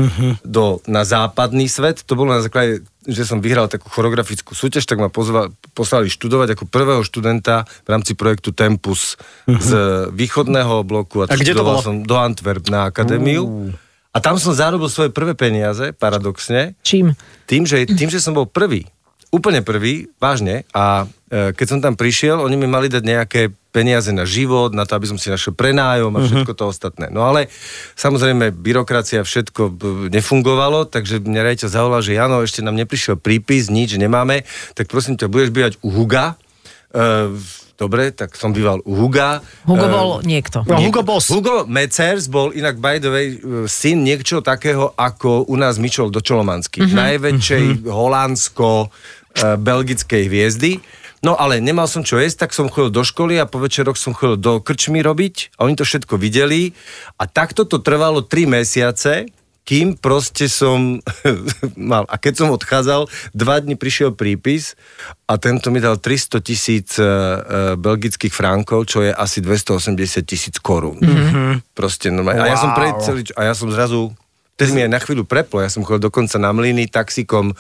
[SPEAKER 2] do, na západný svet, to bolo na základe že som vyhral takú choreografickú súťaž, tak ma pozval, poslali študovať ako prvého študenta v rámci projektu Tempus z východného bloku.
[SPEAKER 4] A kde to
[SPEAKER 2] študoval
[SPEAKER 4] bolo?
[SPEAKER 2] Som do Antwerp na akadémiu. A tam som zarobil svoje prvé peniaze, paradoxne,
[SPEAKER 3] Čím?
[SPEAKER 2] tým, že, tým, že som bol prvý. Úplne prvý, vážne. A e, keď som tam prišiel, oni mi mali dať nejaké peniaze na život, na to, aby som si našiel prenájom a všetko to ostatné. No ale samozrejme, byrokracia všetko b- nefungovalo, takže mňa rejťa zavolal, že Jano, ešte nám neprišiel prípis, nič nemáme, tak prosím ťa, budeš bývať u Huga. E, dobre, tak som býval u Huga.
[SPEAKER 3] Hugo
[SPEAKER 2] E,
[SPEAKER 3] bol niekto.
[SPEAKER 4] No, Hugo Boss.
[SPEAKER 2] Hugo Mecers bol inak, by the way, e, syn niečo takého ako u nás Michel Dočolomanský.
[SPEAKER 4] Mhm.
[SPEAKER 2] Mm-hmm. Najväčšej mm-hmm. holandsko-belgickej hviezdy. No ale nemal som čo jesť, tak som chodil do školy a po večeroch som chodil do krčmy robiť a oni to všetko videli. A takto to trvalo 3 mesiace, kým proste som mal. A keď som odchádzal, dva dni prišiel prípis a tento mi dal 300 tisíc e, e, belgických frankov, čo je asi 280 tisíc korún. Mm-hmm. Proste normálne. A ja som pre celý, a ja som zrazu Vtedy mi aj na chvíľu preplo, ja som chodil dokonca na mlyny taxikom e,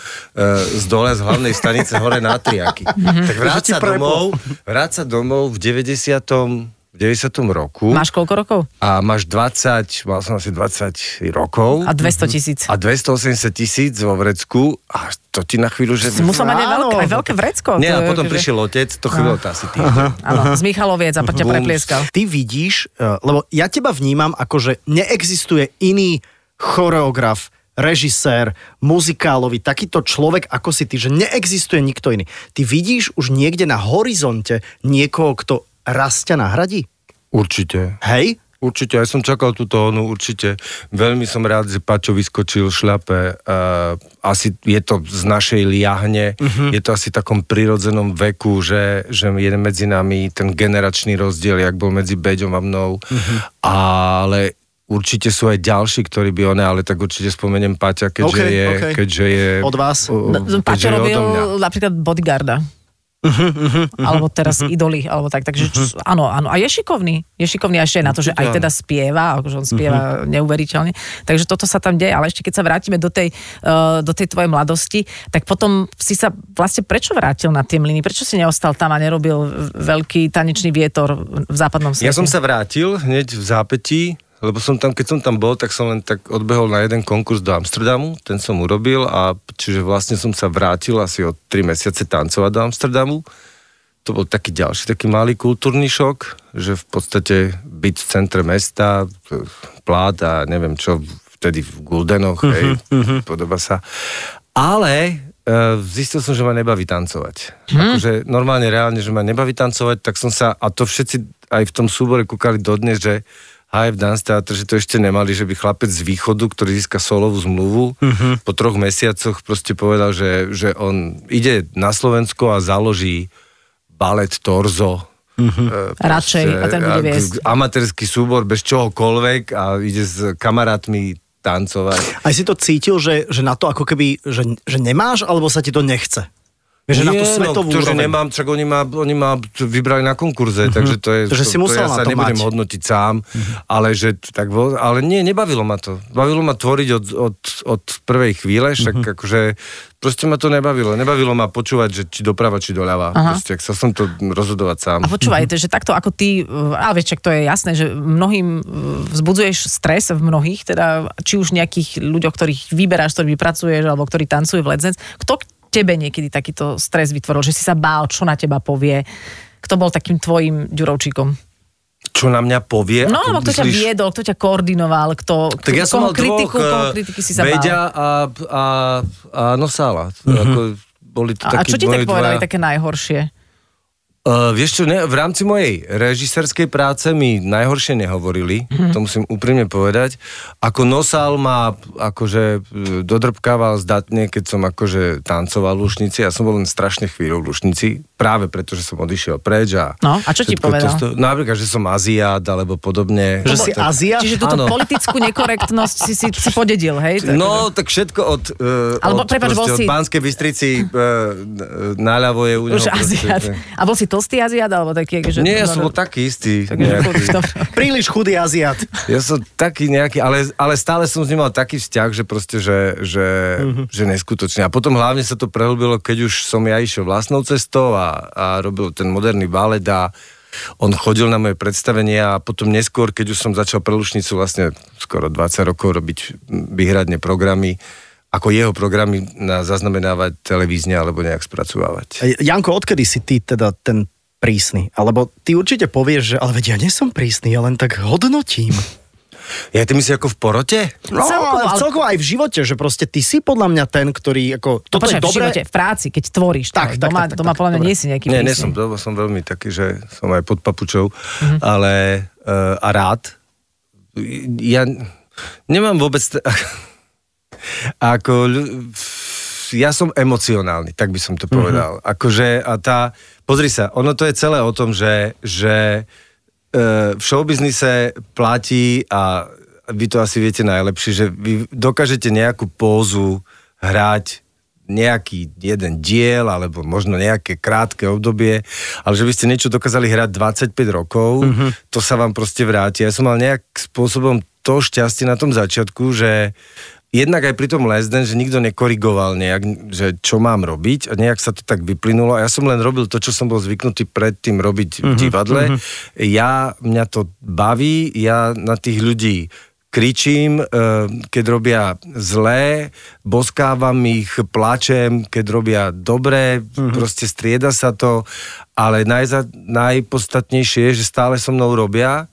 [SPEAKER 2] z dole z hlavnej stanice hore na Triaky. tak vráť
[SPEAKER 4] ti
[SPEAKER 2] sa, domov,
[SPEAKER 4] preplo.
[SPEAKER 2] vráť sa domov v 90. V 90. roku
[SPEAKER 3] Máš koľko rokov?
[SPEAKER 2] a máš 20, mal som asi 20 rokov.
[SPEAKER 3] A 200 tisíc.
[SPEAKER 2] A 280 tisíc vo vrecku a to ti na chvíľu, že...
[SPEAKER 3] Musel mať aj veľké,
[SPEAKER 4] Áno.
[SPEAKER 3] aj veľké vrecko.
[SPEAKER 2] Nie, a
[SPEAKER 3] To je
[SPEAKER 2] potom
[SPEAKER 3] akože-
[SPEAKER 2] prišiel otec, to chvíľu to asi ty.
[SPEAKER 3] Áno, z Michaloviec a ťa
[SPEAKER 2] Bums.
[SPEAKER 3] preplieskal.
[SPEAKER 4] Ty vidíš, eh, lebo ja teba vnímam ako, že neexistuje iný choreograf, režisér, muzikálový, takýto človek ako si ty, že neexistuje nikto iný. Ty vidíš už niekde na horizonte niekoho, kto raz ťa nahradí?
[SPEAKER 2] Určite.
[SPEAKER 4] Hej?
[SPEAKER 2] Určite, ja som čakal túto onu, určite. Veľmi som rád, že Paťo vyskočil šľape. Uh, asi je to z našej liahne, uh-huh. je to asi v takom prirodzenom veku, že, že je medzi nami ten generačný rozdiel, jak bol medzi Beďom a mnou. Uh-huh. Ale určite sú aj ďalší, ktorí by one, ale tak určite spomeniem Paťa, keďže,
[SPEAKER 4] Okej,
[SPEAKER 2] je,
[SPEAKER 4] okej.
[SPEAKER 2] keďže je...
[SPEAKER 4] Od vás?
[SPEAKER 2] o-
[SPEAKER 3] No,
[SPEAKER 2] keďže
[SPEAKER 3] Paťo
[SPEAKER 2] je odo
[SPEAKER 3] robil
[SPEAKER 2] mňa.
[SPEAKER 3] napríklad bodyguarda. alebo teraz idoly, alebo tak. Takže čo,
[SPEAKER 2] Mhm.
[SPEAKER 3] áno, áno. A je šikovný. Je šikovný a ešte aj na to, že aj teda spieva, akože on spieva
[SPEAKER 2] Mhm.
[SPEAKER 3] neuveriteľne. Takže toto sa tam deje. Ale ešte keď sa vrátime do tej, eh, do tej tvojej mladosti, tak potom si sa vlastne prečo vrátil na tie mlyny? Prečo si neostal tam a nerobil veľký tanečný vietor v západnom svete?
[SPEAKER 2] Ja som sa vrátil hneď v zápätí, lebo som tam, keď som tam bol, tak som len tak odbehol na jeden konkurs do Amsterdamu, ten som urobil a čiže vlastne som sa vrátil asi o 3 mesiace tancovať do Amsterdamu. To bol taký ďalší, taký malý kultúrny šok, že v podstate byť v centre mesta, e, plát a neviem čo, vtedy v Guldenoch, hej, podoba sa. Ale e, zistil som, že ma nebaví tancovať. Akože normálne, reálne, že ma nebaví tancovať, tak som sa, a to všetci aj v tom súbore kúkali dodnes, že aj v Dance Theatre, že to ešte nemali, že by chlapec z východu, ktorý získa solovú zmluvu, po troch mesiacoch proste povedal, že, že on ide na Slovensko a založí balet Torzo
[SPEAKER 4] Mhm.
[SPEAKER 2] Uh-huh.
[SPEAKER 3] Radšej, a ten bude viesť.
[SPEAKER 2] Amatérsky súbor bez čohokoľvek a ide s kamarátmi tancovať.
[SPEAKER 4] Aj si to cítil, že, že na to ako keby, že, že nemáš, alebo sa ti to nechce? Vieš, že na tú
[SPEAKER 2] Nie,
[SPEAKER 4] svetovú
[SPEAKER 2] no, to, že
[SPEAKER 4] úroveň. Mhm.
[SPEAKER 2] nemám, čak oni ma, oni ma vybrali na konkurze, mm-hmm. takže to je...
[SPEAKER 4] Takže si
[SPEAKER 2] to,
[SPEAKER 4] musel
[SPEAKER 2] to ja
[SPEAKER 4] na
[SPEAKER 2] sa
[SPEAKER 4] to
[SPEAKER 2] nebudem
[SPEAKER 4] mať. Mhm.
[SPEAKER 2] hodnotiť sám, mm-hmm. ale že t- tak bol, ale nie, nebavilo ma to. Bavilo ma tvoriť od, od, od prvej chvíle, však
[SPEAKER 4] Mhm.
[SPEAKER 2] mm-hmm. akože proste ma to nebavilo. Nebavilo ma počúvať, že či doprava, či doľava. Proste, ak sa som to rozhodovať sám.
[SPEAKER 3] A počúvaj,
[SPEAKER 2] Mhm.
[SPEAKER 3] že takto ako ty, eh, ale vieš, čak to je jasné, že mnohým eh, vzbudzuješ stres v mnohých, teda či už nejakých ľuďoch, ktorých vyberáš, s ktorými pracuješ, alebo ktorí tancujú v Let's Dance. Kto k tebe niekedy takýto stres vytvoril, že si sa bál, čo na teba povie? Kto bol takým tvojim ďurovčíkom?
[SPEAKER 2] Čo na mňa povie?
[SPEAKER 3] No,
[SPEAKER 2] ako
[SPEAKER 3] alebo kto ťa
[SPEAKER 2] myslíš?
[SPEAKER 3] viedol, kto ťa koordinoval, kto,
[SPEAKER 2] Tak ja som
[SPEAKER 3] koho
[SPEAKER 2] mal
[SPEAKER 3] kritiku,
[SPEAKER 2] dvoch,
[SPEAKER 3] koho
[SPEAKER 2] eh,
[SPEAKER 3] kritiky si sa
[SPEAKER 2] Veďa
[SPEAKER 3] bál.
[SPEAKER 2] a, a, a Nosála. Mm-hmm. Ako, boli to
[SPEAKER 3] Mhm. A, a
[SPEAKER 2] takí
[SPEAKER 3] čo ti tak
[SPEAKER 2] moji
[SPEAKER 3] povedali
[SPEAKER 2] dvaja-
[SPEAKER 3] také najhoršie?
[SPEAKER 2] Uh, vieš čo, ne, v rámci mojej režisérskej práce mi najhoršie nehovorili,
[SPEAKER 3] Mhm.
[SPEAKER 2] hmm. to musím úprimne povedať. Ako nosal ma, akože e, dodrbkával zdatne, keď som akože tancoval v Lušnici. Ja som bol len strašne chvíľu v Lušnici, práve preto, že som odišiel preč. A
[SPEAKER 3] No, a čo ti
[SPEAKER 2] všetko
[SPEAKER 3] povedal?
[SPEAKER 2] To, sto- napríklad, že som Aziát, alebo podobne.
[SPEAKER 4] Že si Azia?
[SPEAKER 3] Čiže túto
[SPEAKER 2] Áno.
[SPEAKER 3] politickú nekorektnosť si, si, si podedil, hej? To je
[SPEAKER 2] No, tak všetko od, uh,
[SPEAKER 3] Alebo,
[SPEAKER 2] od,
[SPEAKER 3] prepáč, bol
[SPEAKER 2] proste, od
[SPEAKER 3] si-
[SPEAKER 2] Banskej Bystrici uh, naľavo je u neho.
[SPEAKER 3] Už Aziat. A bol si tlstý Aziat, alebo taký, že... no,
[SPEAKER 2] Nie, ja som bol akože- taký istý.
[SPEAKER 3] Takže
[SPEAKER 2] nejaký.
[SPEAKER 3] chod- dobre.
[SPEAKER 4] Príliš chudý Aziat.
[SPEAKER 2] Ja som taký nejaký, ale, ale stále som s ním mal taký vzťah, že proste, že, že, mm-hmm. že neskutočne. A potom hlavne sa to prehlbilo, keď už som ja išiel vlastnou cestou a, a robil ten moderný balet a on chodil na moje predstavenia a potom neskôr, keď už som začal prelušnicu vlastne skoro 20 rokov robiť výhradne programy, ako jeho programy na zaznamenávať televízne alebo nejak spracovávať.
[SPEAKER 4] Janko, odkedy si ty teda ten prísny? Alebo ty určite povieš, že ale veď ja nie som prísny, ja len tak hodnotím.
[SPEAKER 2] Ja ty myslíš ako v porote?
[SPEAKER 4] No,
[SPEAKER 3] Celkovo,
[SPEAKER 4] ale
[SPEAKER 3] ale-
[SPEAKER 4] celkovo aj v živote, že proste ty si podľa mňa ten, ktorý ako...
[SPEAKER 3] To
[SPEAKER 4] Toto No, je
[SPEAKER 3] počkaj, v
[SPEAKER 4] dobré,
[SPEAKER 3] živote, v práci, keď tvoríš.
[SPEAKER 4] Tak,
[SPEAKER 3] Tak,
[SPEAKER 4] tak,
[SPEAKER 3] doma,
[SPEAKER 4] tak, tak,
[SPEAKER 3] doma
[SPEAKER 4] tak,
[SPEAKER 3] podľa mňa
[SPEAKER 4] dobre.
[SPEAKER 3] nie si nejaký
[SPEAKER 2] Nie,
[SPEAKER 3] prísny.
[SPEAKER 2] nie som, lebo som veľmi taký, že som aj pod papučou, mm-hmm. ale e, a rád. Ja nemám vôbec... t- ako... ľu- Ja som emocionálny, tak by som to povedal. Mm-hmm. Akože a tá... Pozri sa, ono to je celé o tom, že, že e, v showbiznise platí a vy to asi viete najlepšie, že vy dokážete nejakú pózu hrať nejaký jeden diel, alebo možno nejaké krátke obdobie, ale že by ste niečo dokázali hrať 25 rokov, mm-hmm. to sa vám proste vráti. Ja som mal nejak spôsobom to šťastie na tom začiatku, že jednak aj pri tom lesden, že nikto nekorigoval nejak, že čo mám robiť a nejak sa to tak vyplynulo. A ja som len robil to, čo som bol zvyknutý predtým robiť v divadle. Ja, mňa to baví, ja na tých ľudí kričím, e, keď robia zlé, boskávam ich, plačem, keď robia dobré,
[SPEAKER 3] Mhm.
[SPEAKER 2] mm-hmm. proste strieda sa to, ale najza, najpodstatnejšie je, že stále so mnou robia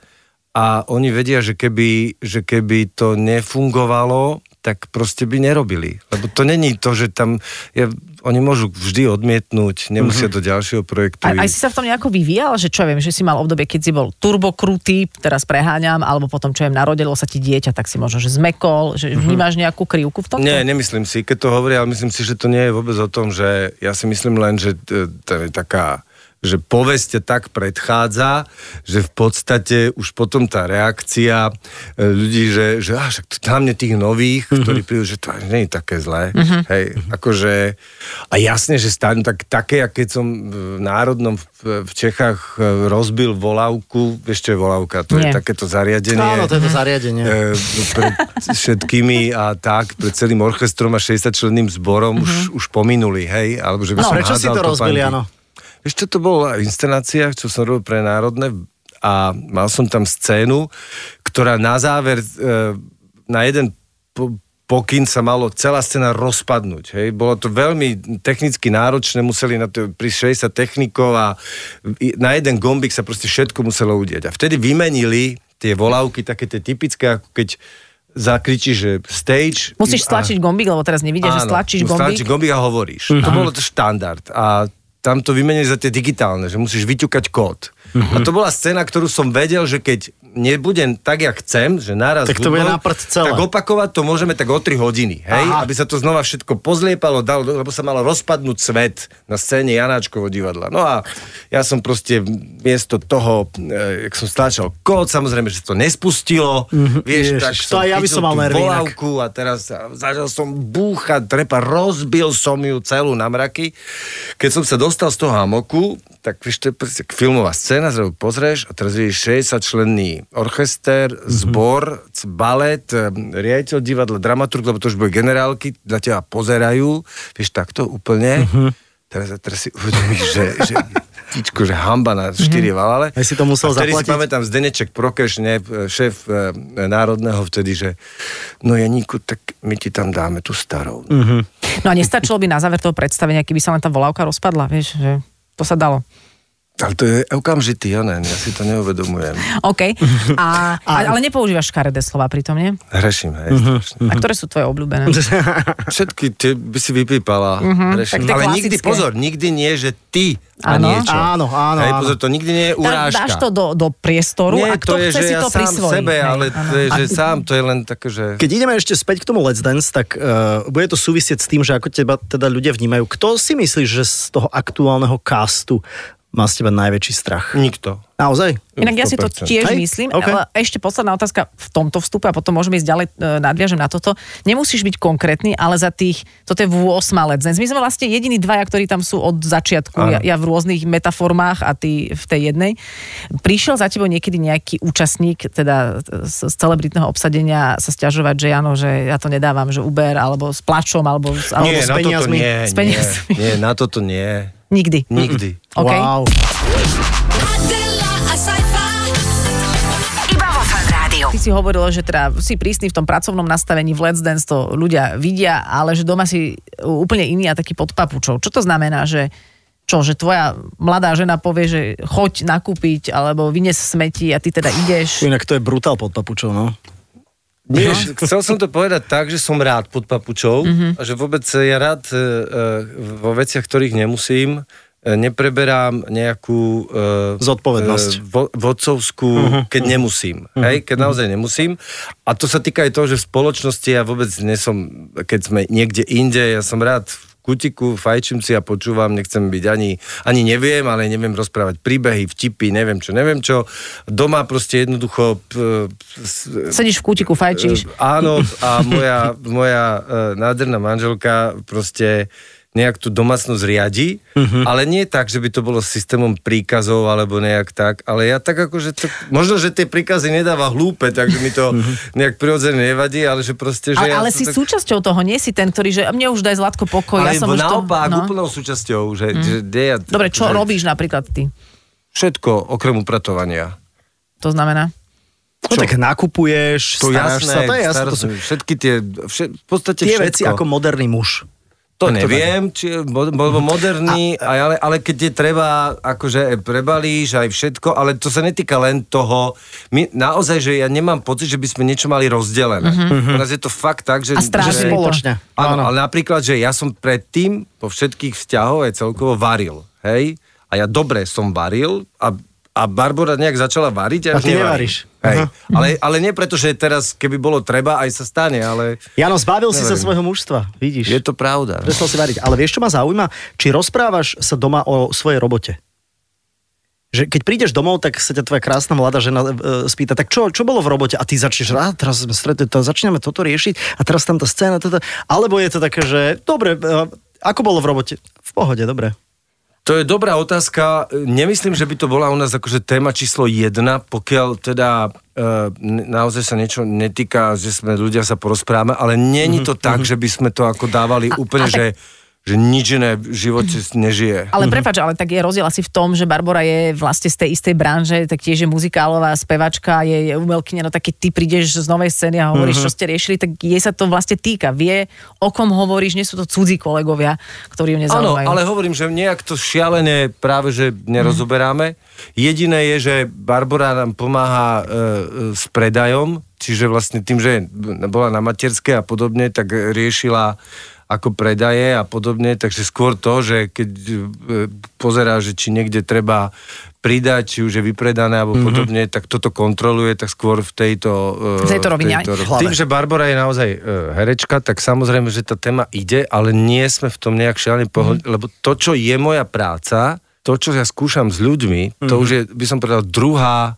[SPEAKER 2] a oni vedia, že keby, že keby to nefungovalo, tak proste by nerobili. Lebo to není to, že tam... Je, oni môžu vždy odmietnúť, nemusia mm-hmm. do ďalšieho projektu
[SPEAKER 3] A, Mhm. aj
[SPEAKER 2] ísť.
[SPEAKER 3] si sa v tom nejako vyvíjal, že čo ja viem, že si mal obdobie, keď si bol turbokrutý, teraz preháňam, alebo potom, čo im narodilo sa ti dieťa, tak si možno, že zmekol, že vnímaš nejakú krivku v tom?
[SPEAKER 2] Nie, nemyslím si, keď to hovoria, ale myslím si, že to nie je vôbec o tom, že ja si myslím len, že e, to je taká že povesť ťa tak predchádza, že v podstate už potom tá reakcia e, ľudí, že, že á, však to hlavne tých nových, ktorí prídu, že to až nie je také zlé. Hej, akože, a jasne, že stále tak, také, ako keď som v Národnom v, v Čechách e, rozbil volavku, vieš čo je volavka, to
[SPEAKER 3] Nie.
[SPEAKER 2] je takéto zariadenie.
[SPEAKER 4] Áno, to je to zariadenie.
[SPEAKER 2] E, pred všetkými a tak, pred celým orchestrom a 60-členným zborom mm-hmm. už, už pominuli, hej? Alebo že by
[SPEAKER 4] No,
[SPEAKER 2] som
[SPEAKER 4] prečo si
[SPEAKER 2] hádzal
[SPEAKER 4] to rozbili,
[SPEAKER 2] topánky.
[SPEAKER 4] áno.
[SPEAKER 2] Vieš, čo to bola inscenácia, čo som robil pre Národné a mal som tam scénu, ktorá na záver, e, na jeden po- pokyn sa malo celá scéna rozpadnúť. Hej. Bolo to veľmi technicky náročné, museli na to prísť 60 technikov a i- na jeden gombik sa proste všetko muselo udiať. A vtedy vymenili tie volávky, také tie typické, ako keď zakričíš, že stage.
[SPEAKER 3] Musíš
[SPEAKER 2] a-
[SPEAKER 3] stlačiť gombík, lebo teraz nevidia, že stlačíš
[SPEAKER 2] stlačíš
[SPEAKER 3] gombík.
[SPEAKER 2] gombík a hovoríš. To
[SPEAKER 4] Mhm.
[SPEAKER 2] bolo to štandard. A tam
[SPEAKER 4] Mhm.
[SPEAKER 2] to vymenili za tie digitálne, že musíš vyťukať kód. A to bola scéna, ktorú som vedel, že keď nebude tak, jak chcem, že naraz
[SPEAKER 4] Tak to bude
[SPEAKER 2] budem,
[SPEAKER 4] na prd celé.
[SPEAKER 2] Tak opakovať to môžeme tak o 3 hodiny, hej?
[SPEAKER 4] Aha.
[SPEAKER 2] Aha. Aby sa to znova všetko pozliepalo, dal, lebo sa malo rozpadnúť svet na scéne Janáčkovo divadla. No a ja som proste miesto toho, e, jak som stlačal kód, samozrejme, že to nespustilo, mm-hmm. vieš,
[SPEAKER 4] Mhm. Ježiš,
[SPEAKER 2] tak
[SPEAKER 4] to aj ja by
[SPEAKER 2] chytil
[SPEAKER 4] som mal
[SPEAKER 2] tú
[SPEAKER 4] nervy inak.
[SPEAKER 2] volávku, ruku a teraz začal som búchať trepa, rozbil som ju celú na mraky. Keď som sa dostal z toho hamoku, tak vieš, to je proste filmová scéna, zrazu pozrieš a teraz vidíš 60 členný
[SPEAKER 4] Mhm.
[SPEAKER 2] orchester, zbor, c- balet, eh, riaditeľ divadla, dramaturg, lebo to už boli generálky, na teba pozerajú, vieš, takto úplne.
[SPEAKER 4] Mhm.
[SPEAKER 2] Teraz, teraz si uvedomíš, že, že, tíčko, že hamba na štyri valale.
[SPEAKER 4] Mhm. Aj si to musel
[SPEAKER 2] a vtedy
[SPEAKER 4] zaplatiť?
[SPEAKER 2] Si pamätám Zdeneček Prokeš, ne, šéf e, národného vtedy, že no Janíku, tak my ti tam dáme tú starou. Mm-hmm.
[SPEAKER 3] No a nestačilo by na záver toho predstavenia, keby sa len tá volávka rozpadla, vieš, že to sa dalo.
[SPEAKER 2] Ale to je okamžitý, ja neviem, ja si to neuvedomujem.
[SPEAKER 3] OK. A, a, ale nepoužívaš škaredé slova pritom, nie?
[SPEAKER 2] Hreším, hej, mm-hmm.
[SPEAKER 3] A ktoré sú tvoje obľúbené?
[SPEAKER 2] E- Všetky tie by si vypípala. Mm-hmm.
[SPEAKER 3] Mhm, tak tie
[SPEAKER 2] Ale nikdy,
[SPEAKER 3] klasické.
[SPEAKER 2] pozor, nikdy nie, že ty a
[SPEAKER 3] Áno.
[SPEAKER 2] niečo.
[SPEAKER 4] Áno, áno,
[SPEAKER 2] Hej,
[SPEAKER 4] áno.
[SPEAKER 2] pozor, to nikdy nie je
[SPEAKER 3] Dá,
[SPEAKER 2] urážka.
[SPEAKER 3] dáš to do, do priestoru
[SPEAKER 2] nie,
[SPEAKER 3] a kto
[SPEAKER 2] to je,
[SPEAKER 3] chce
[SPEAKER 2] že
[SPEAKER 3] si
[SPEAKER 2] ja
[SPEAKER 3] to
[SPEAKER 2] sám
[SPEAKER 3] prisvojí.
[SPEAKER 2] sebe,
[SPEAKER 3] Hej,
[SPEAKER 2] ale
[SPEAKER 3] áno.
[SPEAKER 2] to je, že sám, to je len také, že...
[SPEAKER 4] Keď ideme ešte späť k tomu Let's Dance, tak uh, bude to súvisieť s tým, že ako teba teda ľudia vnímajú. Kto si myslíš, že z toho aktuálneho castu má z teba najväčší strach?
[SPEAKER 2] Nikto.
[SPEAKER 4] Naozaj?
[SPEAKER 3] Inak ja si to
[SPEAKER 2] 100%.
[SPEAKER 3] tiež
[SPEAKER 4] Hej,
[SPEAKER 3] myslím,
[SPEAKER 4] OK.
[SPEAKER 3] ale ešte posledná otázka v tomto vstupe a potom môžeme ísť ďalej, e, nadviažem na toto. Nemusíš byť konkrétny, ale za tých, toto je v 8 let My sme vlastne jediní dvaja, ktorí tam sú od začiatku,
[SPEAKER 2] Áno.
[SPEAKER 3] ja, ja v rôznych metaformách a ty v tej jednej. Prišiel za tebou niekedy nejaký účastník, teda z, z celebritného obsadenia sa stiažovať, že áno, že ja to nedávam, že Uber, alebo s plačom, alebo, s- alebo
[SPEAKER 2] nie,
[SPEAKER 3] s
[SPEAKER 2] na toto
[SPEAKER 4] peniazmi.
[SPEAKER 2] nie,
[SPEAKER 3] S peniazmi.
[SPEAKER 2] nie, nie, na toto nie.
[SPEAKER 3] Nikdy.
[SPEAKER 2] Nikdy.
[SPEAKER 3] OK.
[SPEAKER 4] Wow.
[SPEAKER 5] Adela, a sci-fi.
[SPEAKER 1] Iba vo Fan Rádiu.
[SPEAKER 3] Ty si hovorila, že teda si prísny v tom pracovnom nastavení v Let's Dance, to ľudia vidia, ale že doma si úplne iný a taký pod papučou. Čo to znamená, že čo, že tvoja mladá žena povie, že choď nakúpiť, alebo vynes smeti a ty teda ideš.
[SPEAKER 4] Inak to je brutál pod papučou, no.
[SPEAKER 2] Vieš, chcel som to povedať tak, že som rád pod papučou mm-hmm. a že vôbec ja rád e, e, vo veciach, ktorých nemusím, e, nepreberám nejakú e,
[SPEAKER 4] Zodpovednosť.
[SPEAKER 2] E, vo, vodcovskú, mm-hmm. keď nemusím. Mm-hmm. Hej, keď naozaj nemusím. A to sa týka aj toho, že v spoločnosti ja vôbec nesom, keď sme niekde inde, ja som rád v kutiku, fajčím si a počúvam, nechcem byť ani, ani neviem, ale neviem rozprávať príbehy, vtipy, neviem čo, neviem čo. Doma proste jednoducho p- s-
[SPEAKER 3] Sedíš v kútiku, fajčíš.
[SPEAKER 2] E, Áno, a moja, moja e, nádherná manželka proste nejak tú domácnosť riadi, uh-huh. ale nie tak, že by to bolo systémom príkazov alebo nejak tak, ale ja tak akože to, možno, že tie príkazy nedáva hlúpe, takže mi to nejak prirodzene nevadí, ale že proste, že
[SPEAKER 3] Ale,
[SPEAKER 2] ja
[SPEAKER 3] ale
[SPEAKER 2] to
[SPEAKER 3] si
[SPEAKER 2] tak...
[SPEAKER 3] súčasťou toho, nie si ten, ktorý, že mne už daj zlatko pokoj,
[SPEAKER 2] ale
[SPEAKER 3] ja som už to... Mhm.
[SPEAKER 2] naopak, no. úplnou súčasťou, že, mm. že, kde ja,
[SPEAKER 3] Dobre, čo
[SPEAKER 2] že
[SPEAKER 3] robíš napríklad ty?
[SPEAKER 2] Všetko, okrem upratovania.
[SPEAKER 3] To znamená?
[SPEAKER 4] No tak nakupuješ,
[SPEAKER 2] To
[SPEAKER 4] staráš
[SPEAKER 2] jasné,
[SPEAKER 4] sa, to je jasné. To sú
[SPEAKER 2] starostlivý, všetky tie, vše, v podstate
[SPEAKER 4] tie
[SPEAKER 2] všetko.
[SPEAKER 4] veci ako moderný muž.
[SPEAKER 2] To
[SPEAKER 4] Tak to
[SPEAKER 2] neviem, či je mo- mo- moderný, a, ale, ale keď je treba, akože prebalíš aj všetko, ale to sa netýka len toho. My, naozaj, že ja nemám pocit, že by sme niečo mali rozdelené.
[SPEAKER 4] Mhm.
[SPEAKER 2] Uh-huh. U nás je to fakt tak, že...
[SPEAKER 3] A
[SPEAKER 2] že,
[SPEAKER 3] strážili to.
[SPEAKER 4] Spoločne.
[SPEAKER 2] Áno, ale napríklad, že ja som predtým po všetkých vzťahov aj celkovo varil, hej? A ja dobre som varil a, a Barbora nejak začala variť a, ja
[SPEAKER 4] A
[SPEAKER 2] už
[SPEAKER 4] ty
[SPEAKER 2] nevarím.
[SPEAKER 4] nevaríš.
[SPEAKER 2] Hej.
[SPEAKER 4] Aha. Mhm.
[SPEAKER 2] Ale, ale nie preto, že teraz, keby bolo treba, aj sa stane, ale
[SPEAKER 4] Jano, zbavil si sa
[SPEAKER 2] Neviem.
[SPEAKER 4] svojho mužstva, vidíš.
[SPEAKER 2] je to pravda.
[SPEAKER 4] Prestal si variť. Ale vieš, čo ma zaujíma? Či rozprávaš sa doma o svojej robote? Že keď prídeš domov, tak sa ťa tvoja krásna mladá žena e, spýta, tak čo, čo bolo v robote? A ty začneš, a teraz sme stretli, to, začíname toto riešiť a teraz tam tá scéna, toto. Alebo je to také, že dobre, e, ako bolo v robote? V pohode, dobre.
[SPEAKER 2] To je dobrá otázka. Nemyslím, že by to bola u nás akože téma číslo jedna, pokiaľ teda e, n- naozaj sa niečo netýka, že sme ľudia sa porozprávame, ale není to tak, že by sme to ako dávali úplne,
[SPEAKER 3] Mhm, a tak-
[SPEAKER 2] že, že nič iné v živote s- nežije.
[SPEAKER 4] Mhm.
[SPEAKER 3] Ale prepáč, ale tak je rozdiel asi v tom, že Barbara je vlastne z tej istej branže, tak tiež je muzikálová spevačka, je, je umelkyňa, no tak keď ty prídeš z novej scény a hovoríš,
[SPEAKER 4] Mhm.
[SPEAKER 3] uh-huh. čo ste riešili, tak jej sa to vlastne týka. Vie, o kom hovoríš, nie sú to cudzí kolegovia, ktorí ju
[SPEAKER 2] Áno,
[SPEAKER 3] nezaujímajú.
[SPEAKER 2] ale hovorím, že nejak to šialené práve, že nerozoberáme. Jediné je, že Barbara nám pomáha e, e, s predajom, čiže vlastne tým, že bola na materskej a podobne, tak riešila ako predaje a podobne, takže skôr to, že keď e, pozerá, že či niekde treba pridať, či už je vypredané alebo
[SPEAKER 3] Mhm.
[SPEAKER 2] mm-hmm. podobne, tak toto kontroluje, tak skôr v tejto... e,
[SPEAKER 3] V tejto rovine aj.
[SPEAKER 2] ro- Tým, že Barbara je naozaj e, herečka, tak samozrejme, že tá téma ide, ale nie sme v tom nejak šialene
[SPEAKER 4] Mhm.
[SPEAKER 2] pohľad, mm-hmm. lebo to, čo je moja práca, to, čo ja skúšam s ľuďmi, mm-hmm. to
[SPEAKER 4] Mhm.
[SPEAKER 2] už je, by som povedal, druhá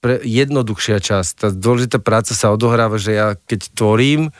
[SPEAKER 2] pre, jednoduchšia časť. Tá dôležitá práca sa odohráva, že ja keď tvorím,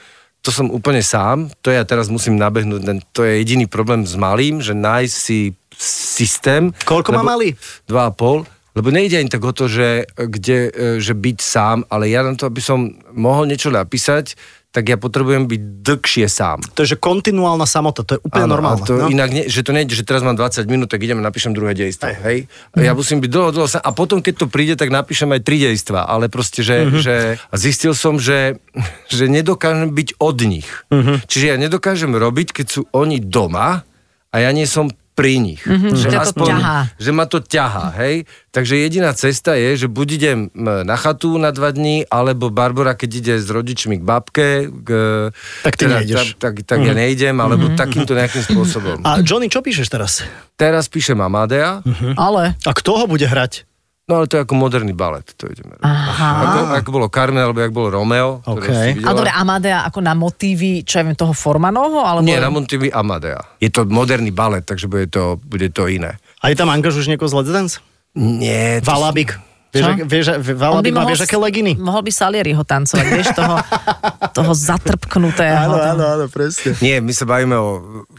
[SPEAKER 2] to som úplne sám, to ja teraz musím nabehnúť, len to je jediný problém s malým, že nájsť si systém.
[SPEAKER 4] Koľko má malý?
[SPEAKER 2] Dva a pol. Lebo nejde ani tak o to, že, kde, e, že byť sám, ale ja na to, aby som mohol niečo napísať, tak ja potrebujem byť dlhšie sám.
[SPEAKER 4] To je, že kontinuálna samota, to je úplne
[SPEAKER 2] Áno,
[SPEAKER 4] normálne.
[SPEAKER 2] ale To
[SPEAKER 4] no?
[SPEAKER 2] inak nie, že to nejde, že teraz mám 20 minút, tak idem a napíšem druhé dejstvo. Hej. Ja musím byť dlho, dlho sa, a potom, keď to príde, tak napíšem aj tri dejstva. Ale proste, že,
[SPEAKER 4] Mhm.
[SPEAKER 2] že a zistil som, že, že nedokážem byť od nich.
[SPEAKER 4] Mhm.
[SPEAKER 2] Čiže ja nedokážem robiť, keď sú oni doma a ja nie som pri nich.
[SPEAKER 3] Mhm, že ťa to ťahá.
[SPEAKER 2] že ma to ťahá, hej? Takže jediná cesta je, že buď idem mm, na chatu na dva dní, alebo Barbara, keď ide s rodičmi k babke, k, teda
[SPEAKER 4] Tak ty nejdeš.
[SPEAKER 2] tak, tak ja nejdem, alebo takýmto nejakým spôsobom. A...
[SPEAKER 4] A Johnny, čo píšeš teraz?
[SPEAKER 2] Teraz píšem Amadea,
[SPEAKER 3] Mhm. Ale...
[SPEAKER 4] A kto ho bude hrať?
[SPEAKER 2] no ale to je ako moderný balet, to ideme robiť. Ako, ako bolo Carmen, alebo ako bolo Romeo. ktoré
[SPEAKER 4] Ok.
[SPEAKER 2] si
[SPEAKER 3] A
[SPEAKER 2] videla.
[SPEAKER 3] dobre, Amadea ako na motívy, čo ja viem, toho Formanovho? Alebo...
[SPEAKER 2] Nie, na Montivi Amadea. Je to moderný balet, takže bude to, bude to iné.
[SPEAKER 4] Aj tam angažuješ niekoho z Let's Dance?
[SPEAKER 2] Nie, to
[SPEAKER 4] Valabik. Vieš,
[SPEAKER 3] Čo?
[SPEAKER 4] ak- vieš, v- Valabik má, vieš, aké leginy?
[SPEAKER 3] Mohol by Salieriho tancovať, vieš, toho, toho zatrpknutého.
[SPEAKER 4] áno, presne.
[SPEAKER 2] Nie, my sa bavíme o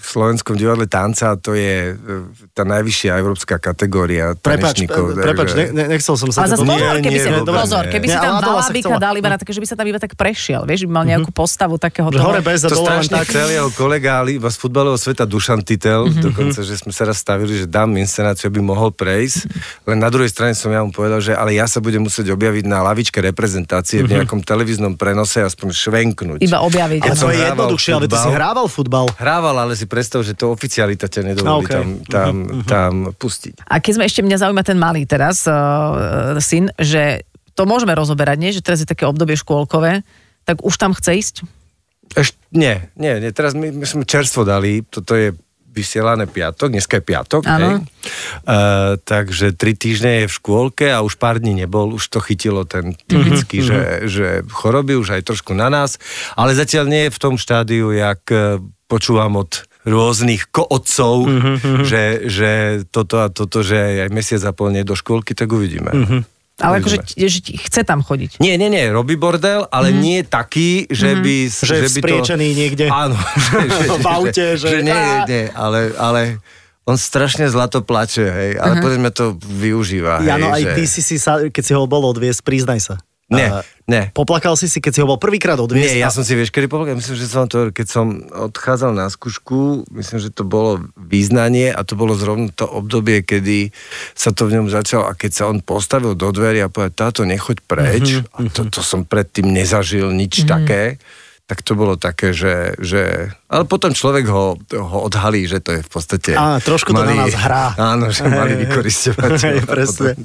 [SPEAKER 2] slovenskom divadle tanca, to je e, tá najvyššia európska kategória
[SPEAKER 4] Prepač,
[SPEAKER 2] tanečníkov.
[SPEAKER 4] pre- prepač, ne, ne, nechcel som sa...
[SPEAKER 3] Ale zase
[SPEAKER 2] Nie,
[SPEAKER 3] pozor, keby
[SPEAKER 2] nie,
[SPEAKER 3] si,
[SPEAKER 2] vôbec
[SPEAKER 3] pozor,
[SPEAKER 2] nie.
[SPEAKER 3] keby si
[SPEAKER 4] Nie,
[SPEAKER 3] tam
[SPEAKER 4] ale Adela sa
[SPEAKER 3] Valabika
[SPEAKER 4] chcela- No. Mhm.
[SPEAKER 3] dali iba na také, že by sa tam iba tak prešiel, vieš, že by mal nejakú postavu takého
[SPEAKER 4] Že
[SPEAKER 3] toho.
[SPEAKER 4] hore bez a
[SPEAKER 2] To
[SPEAKER 4] dole len
[SPEAKER 2] strašne
[SPEAKER 4] tak.
[SPEAKER 2] chcel jeho kolega ali- z futbalového sveta Dušan Titel, mm-hmm. dokonca, že sme sa raz stavili, že dám inscenáciu, aby mohol prejsť, len na druhej strane som ja mu povedal, že ale ja sa budem musieť objaviť na lavičke reprezentácie v nejakom televíznom prenose, aspoň švenknúť.
[SPEAKER 3] Iba objaviť.
[SPEAKER 4] Ale
[SPEAKER 2] Keď
[SPEAKER 4] to
[SPEAKER 2] som
[SPEAKER 4] je
[SPEAKER 2] hrával
[SPEAKER 4] jednoduchšie, ale ty si
[SPEAKER 2] futbal-
[SPEAKER 4] hrával futbal.
[SPEAKER 2] Hrával, ale si predstav, že to oficialita ťa nedovolí
[SPEAKER 4] Ah, ok.
[SPEAKER 2] tam, tam, tam pustiť.
[SPEAKER 3] A keď sme ešte, mňa zaujíma ten malý teraz, uh, syn, že to môžeme rozoberať, nie? Že teraz je také obdobie škôlkové, tak už tam chce ísť?
[SPEAKER 2] Ešte, nie, nie, nie, teraz my, my sme čerstvo dali, toto je vysielané piatok, dneska je piatok,
[SPEAKER 3] Áno.
[SPEAKER 2] hej. Uh, takže tri týždne je v škôlke a už pár dní nebol, už to chytilo ten typický, mm-hmm. že, že choroby už aj trošku na nás, ale zatiaľ nie je v tom štádiu, jak eh, počúvam od rôznych kootcov, mm-hmm. že, že toto a toto, že aj mesiac a pol nie do škôlky, tak uvidíme. Mm-hmm.
[SPEAKER 3] Ale akože ti- že ti- chce tam chodiť.
[SPEAKER 2] Nie, nie, nie, robí bordel, ale mm. nie taký, že by... s-
[SPEAKER 4] Mhm. Že
[SPEAKER 2] by
[SPEAKER 4] je
[SPEAKER 2] to-
[SPEAKER 4] vzpriečený niekde.
[SPEAKER 2] Áno. Že, že,
[SPEAKER 4] V aute, že-
[SPEAKER 2] že nie,
[SPEAKER 4] Á.
[SPEAKER 2] nie, ale, ale on strašne zlato plače, hej, ale uh-huh. podľa mňa to využíva, hej,
[SPEAKER 4] Jano, Mhm. aj
[SPEAKER 2] že...
[SPEAKER 4] ty si si sa, keď si ho bol odviesť, priznaj sa.
[SPEAKER 2] Nie,
[SPEAKER 4] A
[SPEAKER 2] nie.
[SPEAKER 4] Poplakal si si, keď si ho bol prvýkrát odviesť.
[SPEAKER 2] Nie, ja
[SPEAKER 4] a-
[SPEAKER 2] som si, vieš, kedy povedal, myslím, že som vám to, hovoril, keď som odchádzal na skúšku, myslím, že to bolo význanie a to bolo zrovna to obdobie, kedy sa to v ňom začalo a keď sa on postavil do dverí a povedal, táto nechoď preč,
[SPEAKER 4] Mhm,
[SPEAKER 2] a to, to som predtým nezažil nič také, tak to bolo také, že, že... Ale potom človek ho, ho odhalí, že to je v podstate...
[SPEAKER 4] Á, trošku to na nás hrá.
[SPEAKER 2] Áno, že mali vykoristovať.
[SPEAKER 4] Hej, presne.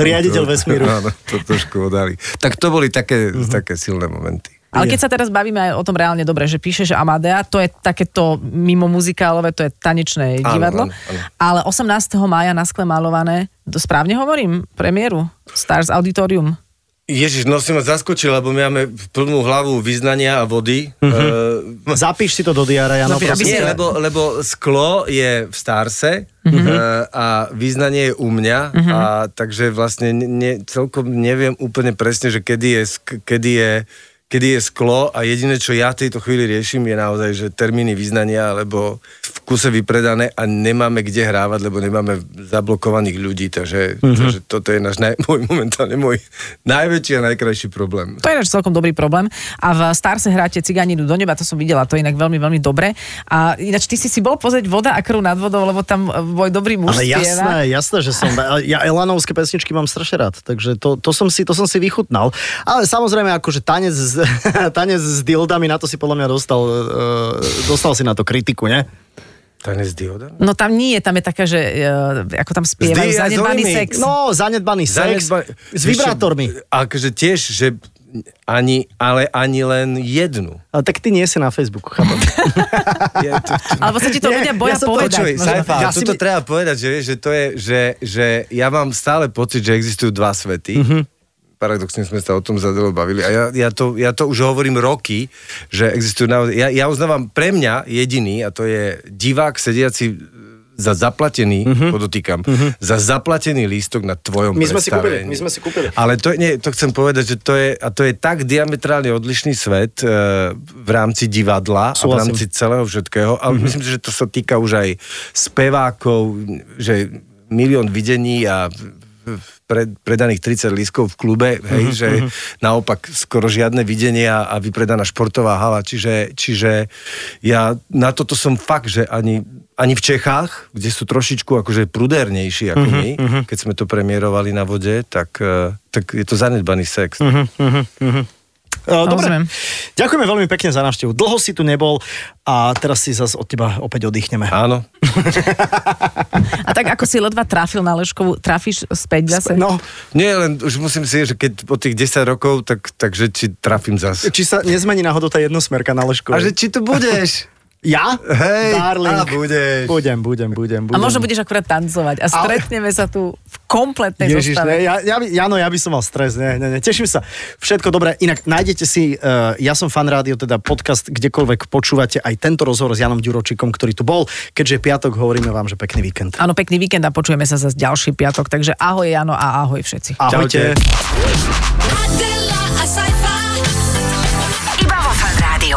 [SPEAKER 4] Riaditeľ vesmíru. Mhm.
[SPEAKER 2] Áno, to trošku odhalí. Tak to boli také, také silné momenty.
[SPEAKER 3] Ale keď sa teraz bavíme aj o tom reálne dobre, že píšeš Amadea, to je takéto mimo muzikálové, to je tanečné
[SPEAKER 2] Áno,
[SPEAKER 3] divadlo.
[SPEAKER 2] áno, áno.
[SPEAKER 3] Ale 18. mája na skle malované, to správne hovorím, premiéru, Stars Auditorium.
[SPEAKER 2] Ježiš, no si ma zaskočil, lebo my máme plnú hlavu vyznania a vody. Mm-hmm.
[SPEAKER 4] Zapíš si to do diára, Jano,
[SPEAKER 3] Zapíš, aby
[SPEAKER 4] prosím.
[SPEAKER 2] Nie,
[SPEAKER 3] ste-
[SPEAKER 2] lebo, lebo sklo je v Starse mm-hmm. a význanie je u mňa, mm-hmm. a takže vlastne ne, celkom neviem úplne presne, že kedy je, sk- kedy je kedy je sklo a jediné, čo ja v tejto chvíli riešim, je naozaj, že termíny význania, lebo v kuse vypredané a nemáme kde hrávať, lebo nemáme zablokovaných ľudí, takže, mm-hmm. takže toto je náš naj, môj, momentálne môj najväčší a najkrajší problém.
[SPEAKER 3] To je ináč celkom dobrý problém. A v Starse hráte Ciganinu do neba, to som videla, to je inak veľmi, veľmi dobre. A ináč ty si si bol pozrieť voda a krv nad vodou, lebo tam e, môj dobrý muž
[SPEAKER 4] Ale
[SPEAKER 3] spieva.
[SPEAKER 4] jasné, jasné, že som. a Ja Elanovské pesničky mám strašne rád, takže to, to, som, si, to som si vychutnal. Ale samozrejme, akože tanec s, tanec s dildami, na to si podľa mňa dostal, uh, dostal si na to kritiku, ne?
[SPEAKER 2] Tanec diodami?
[SPEAKER 3] No tam nie, tam je taká, že e, ako tam spievajú
[SPEAKER 2] Zdvíja
[SPEAKER 3] zanedbaný
[SPEAKER 2] zojmy.
[SPEAKER 3] sex.
[SPEAKER 4] No, zanedbaný No, sex
[SPEAKER 2] Zanedba-
[SPEAKER 4] s vibrátormi.
[SPEAKER 2] Akože tiež, že ani, ale ani len jednu.
[SPEAKER 4] Ale tak ty nie si na Facebooku, chápem. Eh,
[SPEAKER 2] Ja, to, to,
[SPEAKER 3] Alebo sa ti to
[SPEAKER 4] Nie,
[SPEAKER 3] ľudia
[SPEAKER 4] ja
[SPEAKER 3] boja
[SPEAKER 4] som to-
[SPEAKER 3] povedať.
[SPEAKER 2] Počuj,
[SPEAKER 3] možno.
[SPEAKER 2] Saifa,
[SPEAKER 4] Ja
[SPEAKER 2] ja
[SPEAKER 4] si
[SPEAKER 2] tuto
[SPEAKER 4] my-
[SPEAKER 2] treba povedať, že, vieš, že to je, že, že ja mám stále pocit, že existujú dva svety.
[SPEAKER 4] Mhm.
[SPEAKER 2] Mm-hmm. Paradoxne sme sa o tom zadelo bavili. A ja, ja, to, ja to už hovorím roky, že existujú naozaj... Ja, ja uznávam pre mňa jediný, a to je divák sediaci za zaplatený, mm-hmm. podotýkam, mm-hmm. za zaplatený lístok na tvojom
[SPEAKER 4] Mhm. My sme si
[SPEAKER 2] predstavení.
[SPEAKER 4] kúpili, my sme si kúpili.
[SPEAKER 2] Ale to, je- nie, to chcem povedať, že to je, a to je tak diametrálne odlišný svet e, v rámci divadla a v
[SPEAKER 4] Súhlasím.
[SPEAKER 2] rámci rámci celého všetkého, ale mm-hmm. myslím si, že to sa týka už aj spevákov, že milión videní a pred, predaných 30 lískov v klube, hej, mm-hmm. že naopak skoro žiadne videnia a vypredaná športová hala, čiže, čiže ja na toto som fakt, že ani, ani v Čechách, kde sú trošičku akože prudernejší ako mm-hmm. my, keď sme to premiérovali na vode, tak, eh, tak je to zanedbaný sex. Mm-hmm.
[SPEAKER 4] Uh, dobre.
[SPEAKER 3] Rozumiem.
[SPEAKER 4] Ďakujeme veľmi pekne za návštevu. Dlho si tu nebol a teraz si zase od teba opäť oddychneme.
[SPEAKER 2] Áno.
[SPEAKER 3] A tak ako si ledva trafil na Leškovu, trafíš späť zase?
[SPEAKER 4] No,
[SPEAKER 2] Nie, len už musím si, že keď po tých 10 rokov, tak, takže či trafím zas.
[SPEAKER 4] či sa nezmení náhodou tá jednosmerka na ležku?
[SPEAKER 2] A že či tu budeš?
[SPEAKER 4] Ja?
[SPEAKER 2] Hej,
[SPEAKER 4] Darling.
[SPEAKER 2] a budeš.
[SPEAKER 4] Budem, budem, budem,
[SPEAKER 3] A
[SPEAKER 4] budem.
[SPEAKER 3] možno budeš akurát tancovať a
[SPEAKER 4] Ale-
[SPEAKER 3] stretneme sa tu v kompletnej
[SPEAKER 4] Ježiš,
[SPEAKER 3] zostave.
[SPEAKER 4] ne, ja, ja, by- Jano, ja by som mal stres, ne, ne, ne, teším sa. Všetko dobré, inak nájdete si, uh, ja som fan rádio, teda podcast, kdekoľvek počúvate, aj tento rozhovor s Janom Ďuročikom, ktorý tu bol, keďže je piatok, hovoríme vám, že pekný víkend.
[SPEAKER 3] Áno, pekný víkend a počujeme sa zase ďalší piatok, takže ahoj Jano a ahoj všetci.
[SPEAKER 4] Ahojte.
[SPEAKER 2] Čaute.
[SPEAKER 5] Adela, a sci-fi.
[SPEAKER 1] Iba vo Fan Rádiu.